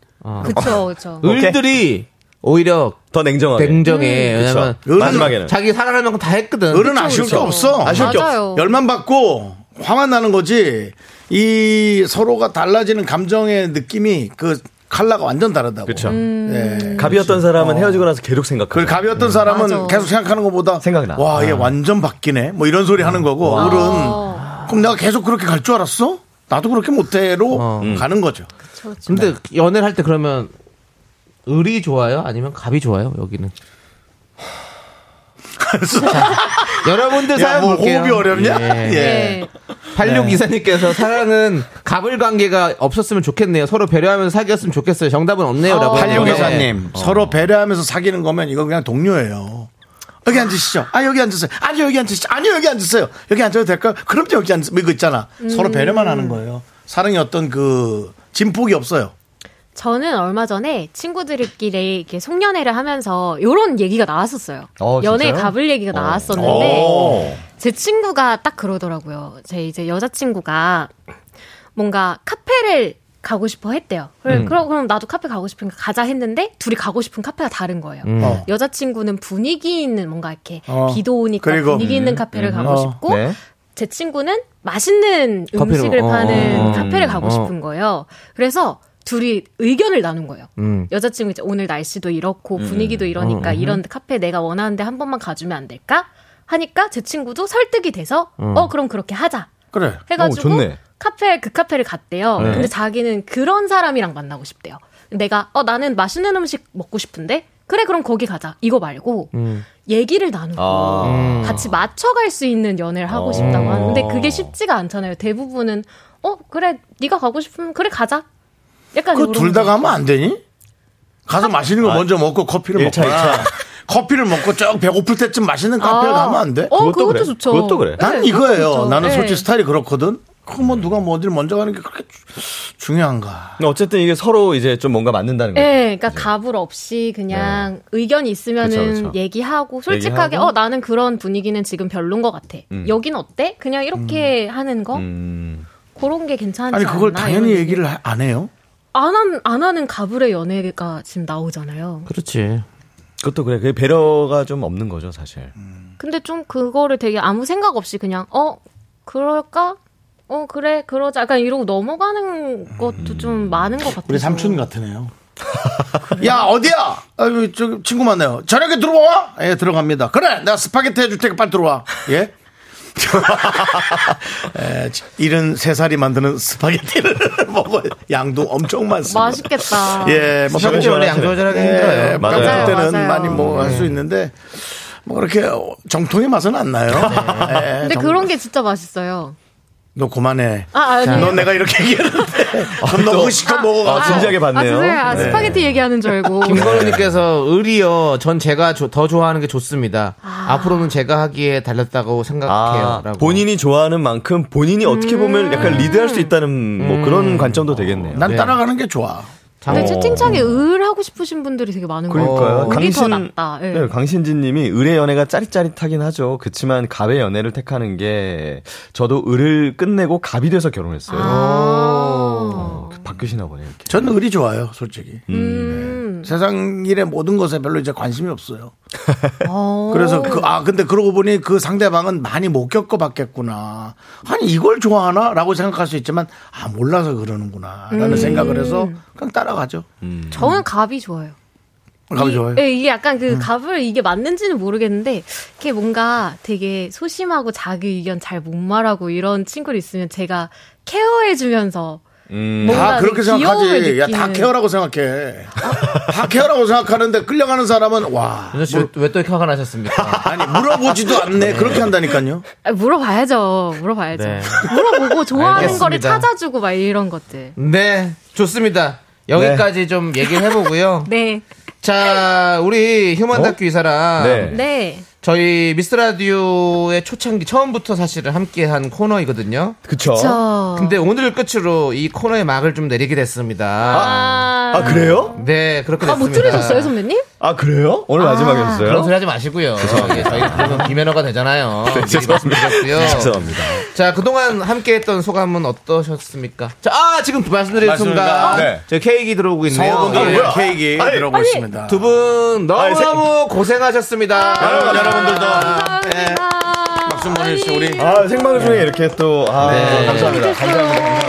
그쵸 그쵸 을들이 네. 오히려 더 어, 네. 냉정하게. 냉정해 왜냐면 그렇죠. 을은- 마지막에는. 자기 사랑할 만큼 다 했거든 음, 을은 아쉬울 게 없어. 아쉬울 게 맞아요. 없어. 열만 받고 화만 나는 거지. 이 서로가 달라지는 감정의 느낌이 그 칼라가 완전 다르다고. 그렇죠. 음. 예. 갑이었던 사람은 헤어지고 나서 계속 그 생각하고. 음. 가벼웠던 사람은 맞아. 계속 생각하는 것보다 생각나. 와, 아. 얘 완전 바뀌네. 뭐 이런 소리 하는 거고. 아. 을은 그럼 내가 계속 그렇게 갈 줄 알았어? 나도 그렇게 못해로 어. 가는 거죠. 근데 네. 연애를 할 때 그러면 을이 좋아요? 아니면 갑이 좋아요? 여기는. 자, 여러분들 야, 사연 뭐 볼게요. 호흡이 어렵냐? 예. 예. 네. 예. 86 이사님께서 사랑은 갑을 관계가 없었으면 좋겠네요. 서로 배려하면서 사귀었으면 좋겠어요. 정답은 없네요라고. 팔육 하는데. 기사님 어. 서로 배려하면서 사귀는 거면 이거 그냥 동료예요. 여기 앉으시죠. 아 여기 앉으세요. 아니요 여기 앉으시죠. 아니요 여기 앉으세요. 여기 앉아도 될까요? 그럼 또 여기 앉으세요. 뭐 이거 있잖아. 음. 서로 배려만 하는 거예요. 사랑이 어떤 그 진폭이 없어요. 저는 얼마 전에 친구들끼리 이렇게 송년회를 하면서 이런 얘기가 나왔었어요. 어, 진짜요? 연애 갑을 얘기가 나왔었는데 제 친구가 딱 그러더라고요. 제 이제 여자친구가 뭔가 카페를 가고 싶어 했대요. 그래, 음. 그럼, 그럼 나도 카페 가고 싶으니까 가자 했는데 둘이 가고 싶은 카페가 다른 거예요. 어. 여자친구는 분위기 있는 뭔가 이렇게 어. 비도 오니까 그리고- 음. 어. 분위기 있는 카페를 가고 싶고 네. 제 친구는 맛있는 커피를- 음식을 어, 파는 어, 어, 카페를 가고 어. 싶은 거예요. 그래서 둘이 의견을 나눈 거예요. 음. 어, 여자친구 이제 오늘 날씨도 이렇고 분위기도 이러니까 이런 카페 내가 원하는데 한 번만 가주면 안 될까? 하니까 제 친구도 설득이 돼서 어 그럼 그렇게 하자. 그래. 어, 해가지고 오, 좋네. 카페 그 카페를 갔대요. 네. 근데 자기는 그런 사람이랑 만나고 싶대요. 내가 어 나는 맛있는 음식 먹고 싶은데 그래 그럼 거기 가자. 이거 말고 음. 얘기를 나누고 아. 같이 맞춰갈 수 있는 연애를 아. 하고 싶다고 하는데 그게 쉽지가 않잖아요. 대부분은 어 그래 네가 가고 싶으면 그래 가자. 약간 그거 요런 둘 다 거. 가면 안 되니? 가서 아. 맛있는 거 먼저 먹고 커피를 아. 일차, 먹거나 이차. 커피를 먹고 쭉 배고플 때쯤 맛있는 카페를 아. 가면 안 돼? 어 그것도, 그것도 그래. 좋죠. 그것도 그래. 난 네, 이거예요. 그것도 좋죠. 나는 네. 솔직히 스타일이 그렇거든. 그럼 뭐 누가 뭐 어디를 먼저 가는 게 그렇게 주- 중요한가? 근데 어쨌든 이게 서로 이제 좀 뭔가 맞는다는 거죠. 예, 네. 그러니까 갑을 없이 그냥 의견이 있으면은 그쵸, 그쵸. 얘기하고 솔직하게 얘기하고. 어 나는 그런 분위기는 지금 별론 것 같아. 음. 여긴 어때? 그냥 이렇게 하는 거 음. 그런 게 괜찮지 아니 그걸 않나? 당연히 이런 얘기를 하- 안 해요. 안, 한, 안 하는 갑을의 연애가 지금 나오잖아요. 그렇죠. 그렇지. 그것도 그래. 그게 배려가 좀 없는 거죠, 사실. 근데 좀 그거를 되게 아무 생각 없이 그냥 어 그럴까? 어 그래 그러자 약간 이러고 넘어가는 것도 음. 좀 많은 것 같아요. 우리 삼촌 같으네요. 야 어디야? 아유 저 친구 만나요. 저녁에 들어와? 예 들어갑니다. 그래 내가 스파게티 해줄 테니까 빨리 들어와. 예. 에, 73살이 만드는 스파게티를 먹어요. 양도 엄청 많습니다. 맛있겠다. 예, 뭐 시험 때 원래 양 조절하기 힘들어요. 네. 맞아요. 깜짝 뭐 때는 맞아요. 많이 뭐 할 수 있는데 뭐 그렇게 정통의 맛은 안 나요. 네. 예, 근데 정- 그런 게 진짜 맛있어요. 너 그만해. 아, 아니에요. 넌 내가 이렇게 얘기하는데 아, 그럼 너 의식도 먹어. 아, 진지하게 아, 봤네요. 죄송해요. 아, 스파게티 얘기하는 줄 알고. 김건우님께서 을이요. 전 제가 조- 더 좋아하는 게 좋습니다. 앞으로는 제가 하기에 달렸다고 아, 생각해요.라고. 본인이 좋아하는 만큼 본인이 어떻게 음. 보면 약간 리드할 수 있다는 뭐 그런 관점도 되겠네요. 난 따라가는 게 좋아. 근데 어. 채팅창에 을 하고 싶으신 분들이 되게 많은 거예요. 그러니까요. 을이 더 낫다. 예. 네, 강신진님이 을의 연애가 짜릿짜릿하긴 하죠. 그치만 갑의 연애를 택하는 게 저도 을을 끝내고 갑이 돼서 결혼했어요. 아. 어, 바뀌시나 보네 이렇게. 저는 을이 좋아요, 솔직히. 네. 음. 세상 일의 모든 것에 별로 이제 관심이 없어요. 어. 그래서 그, 아, 근데 그러고 보니 그 상대방은 많이 못 겪어봤겠구나. 아니, 이걸 좋아하나? 라고 생각할 수 있지만, 아, 몰라서 그러는구나. 음. 라는 생각을 해서 그냥 따라가죠. 저는 갑이 좋아요. 가면 음. 이- 좋아요. 예, 이게 약간 그 갑을 이게 맞는지는 모르겠는데 이게 뭔가 되게 소심하고 자기 의견 잘 못 말하고 이런 친구를 있으면 제가 케어해주면서 음, 뭔가 다 그렇게 되게 귀여움을 생각하지. 야, 다 느끼는. 케어라고 생각해. 다 케어라고 생각하는데 끌려가는 사람은, 와. 윤서 씨왜또 이렇게 화가 나셨습니까? 아니, 물어보지도 않네. 그렇게 한다니까요. 아, 물어봐야죠. 물어봐야죠. 네. 물어보고 좋아하는 알겠습니다. 거를 찾아주고 막 이런 것들. 네, 좋습니다. 여기까지 좀 얘기를 해보고요. 네. 자, 우리 휴먼 어? 다큐 이 사람. 네. 네. 저희 미스 라디오의 초창기 처음부터 사실은 함께한 코너이거든요. 그쵸? 저. 근데 오늘을 끝으로 이 코너의 막을 좀 내리게 됐습니다. 아, 아 그래요? 네, 그렇게 됐습니다. 아, 못 들으셨어요, 선배님? 아 그래요? 오늘 그런 마지막이었어요? 소리 하지 마시고요. 예, 저희 그러면 비매너가 되잖아요. 미리 죄송합니다. 말씀드렸고요. 죄송합니다. 네, 자, 그동안 함께했던 소감은 어떠셨습니까? 자, 아, 지금 말씀드린 순간 네. 저 케이크 들어오고 있네요. 저분도 예. 예. 케이크 들어오고 있습니다. 두 분 너무너무 고생하셨습니다. 여러분, 여러분들도 아, 박수 보내주세요. 우리 아 생방송에 이렇게 또 아, 네. 감사합니다.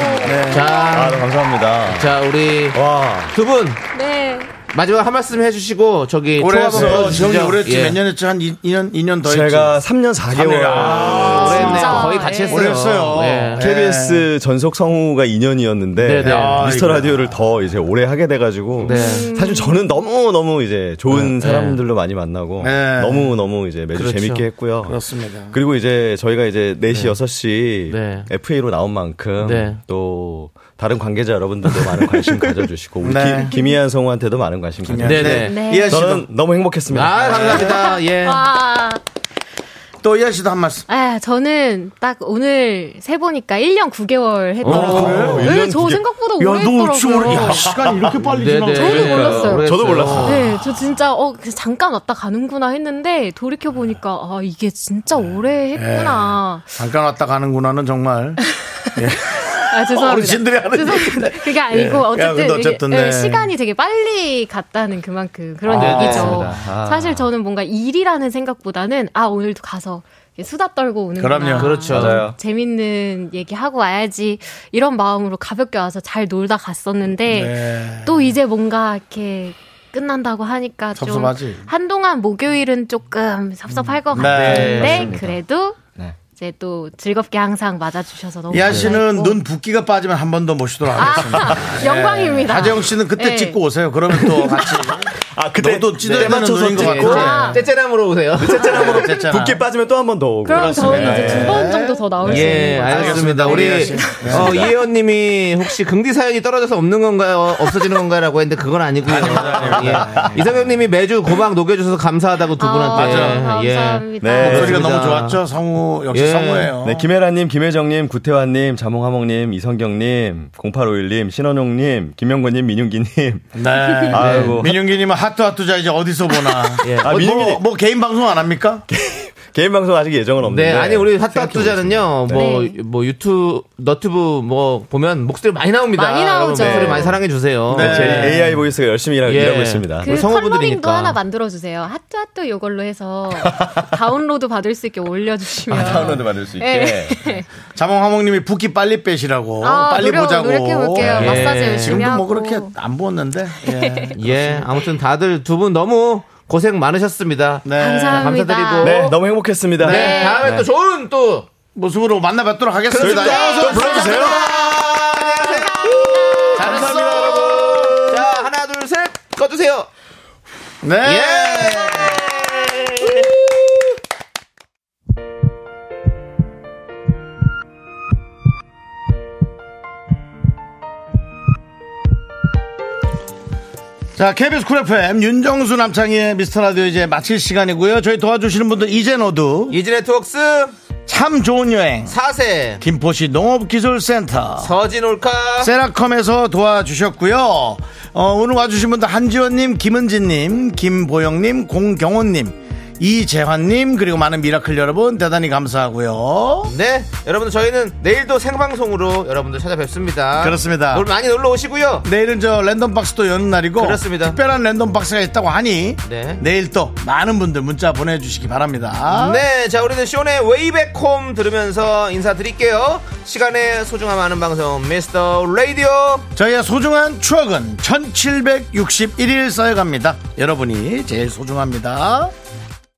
아 자, 너무 감사합니다. 자, 우리 와 두 분 네. 마지막 한 말씀 해주시고 저기 올해에서 조합원 지영이 주시죠. 올해쯤 예. 몇 년 했지? 한 이- 이년이년더 했지? 제가 3년 4개월 아. 네. 올해는 진짜. 거의 같이 예. 했어요. 올해였어요. 네. 네. KBS 전속 성우가 2년이었는데 네네. 아, 미스터 이거야. 라디오를 더 이제 오래 하게 돼가지고 네. 사실 저는 너무 너무 이제 좋은 사람들로 많이 만나고 네. 너무 너무 이제 매주 그렇죠. 재밌게 했고요. 그렇습니다. 리고 이제 저희가 이제 4시 여섯 6시 네. FA로 나온 만큼 네. 또 다른 관계자 여러분들도 많은 관심 가져주시고 우리 네. 김, 희한 성우한테도 많은 관심 가져. 네. 주 네네. 네. 이하 예, 씨도 저는 너무 행복했습니다. 아 감사합니다. 예. 아, 와. 또 이하 씨도 한 말씀. 아, 저는 딱 오늘 세 보니까 1년 9개월 했더라고요. 그래요? 네, 어, 일년 저 구개- 생각보다 야, 너 지금 오래했더라고요. 야, 시간이 이렇게 빨리 네, 지나. 네. 저도 그러니까요. 몰랐어요. 오래 저도 했어요. 몰랐어요. 네, 저 진짜 어 그냥 잠깐 왔다 가는구나 했는데 돌이켜 보니까 아 이게 진짜 오래 예. 했구나. 잠깐 왔다 가는구나는 정말 아 죄송합니다. 어르신들이 하는 예. 죄송합니다. 그게 아니고 야, 어쨌든, 근데 어쨌든, 이게, 네. 예, 시간이 되게 빨리 갔다는 그만큼 그런 아, 얘기죠. 그렇습니다. 사실 저는 뭔가 일이라는 생각보다는 아 오늘도 가서 이렇게 수다 떨고 오는 그럼요. 그렇죠. 맞아요. 재밌는 얘기 하고 와야지 이런 마음으로 가볍게 와서 잘 놀다 갔었는데 네. 또 이제 뭔가 이렇게 끝난다고 하니까 섭섭하지. 음. 네, 좀 한동안 목요일은 조금 섭섭할 것 같은데 그래도 이제 또 즐겁게 항상 맞아주셔서 너무 이하 예, 씨는 감사했고. 눈 붓기가 빠지면 한 번 더 모시도록 하겠습니다. 네. 아, 영광입니다. 하재영 씨는 그때 네. 찍고 오세요. 그러면 또 같이 아 그때 너도 찌들리는 네. 눈인 것 찍고 같아. 아, 네. 째째남으로 오세요. 째째남으로 째째남. 아. 붓기 빠지면 또 한 번 더 오고. 그럼 저는 이제 두 번 정도 더 나올 수 있는 예, 어, 거예요. 알겠습니다. 우리 네, 알겠습니다. 어, 이혜원 님이 혹시 긍디 사연이 떨어져서 없는 건가요? 없어지는 건가요라고 했는데 그건 아니고요. 예. 이성현 님이 매주 고막 녹여 줘서 감사하다고 두 분한테. 아, 예. 감사합니다. 네. 목소리가 너무 그렇습니다. 좋았죠. 성우 역시 예. 성우예요. 네, 김혜라님, 김혜정님, 구태환님, 자몽하몽님, 이성경님, 0851님, 신원용님, 김영권님, 민윤기님. 네. 아이고. 민윤기님은 하트 하트자 이제 어디서 보나. 예. 아, 뭐, 민윤기님. 뭐, 뭐 개인 방송 안 합니까? 개인 방송 아직 예정은 없는데. 네, 아니 우리 핫핫 투자는요. 뭐 네. 뭐 유튜브, 너튜브 뭐 보면 목소리 많이 나옵니다. 많이 여러분 나오죠. 목소리 많이 사랑해 주세요. 네. 제 AI 보이스가 열심히 일하, 예. 고 있습니다. 그 성우분들이니까. 컬러링도 하나 만들어 주세요. 하트 하트 요걸로 해서 다운로드 받을 수 있게 올려 주시면 다운로드 받을 수 예. 네. 있게. 자몽하몽님이 붓기 빨리 빼시라고. 아, 빨리 노력, 보자고. 노력해 볼게요. 예. 마사지 열심히 지금도 하고. 네. 뭐 그렇게 안 부었는데. 예. 예. 아무튼 다들 두 분 너무 고생 많으셨습니다. 네. 감사합니다. 감사드리고. 네, 너무 행복했습니다. 네, 다음에 또 좋은 또 모습으로 만나뵙도록 네, 그렇죠. 하겠습니다. 예. 그렇습니다. 또 불러주세요. 잘했어. 감사합니다, 여러분. 자, 하나, 둘, 셋. 꺼주세요. 네. 예. 자, KBS 쿨 FM 윤정수 남창희의 미스터 라디오 이제 마칠 시간이고요. 저희 도와주시는 분들 이제 너도 이지 네트웍스 참 좋은 여행 4세 김포시 농업기술센터 서진 올카 세라컴에서 도와주셨고요. 어, 오늘 와주신 분들 한지원님, 김은진님, 김보영님, 공경호님, 이재환님 그리고 많은 미라클 여러분 대단히 감사하고요. 네, 여러분들 저희는 내일도 생방송으로 여러분들 찾아뵙습니다. 그렇습니다. 오늘 많이 놀러 오시고요. 내일은 저 랜덤박스도 여는 날이고 그렇습니다. 특별한 랜덤박스가 있다고 하니 네. 내일 또 많은 분들 문자 보내주시기 바랍니다. 네, 자 우리는 쇼의 웨이백홈 들으면서 인사드릴게요. 시간의 소중함 아는 방송 미스터 라디오. 저희의 소중한 추억은 1761일 쌓여갑니다. 여러분이 제일 소중합니다.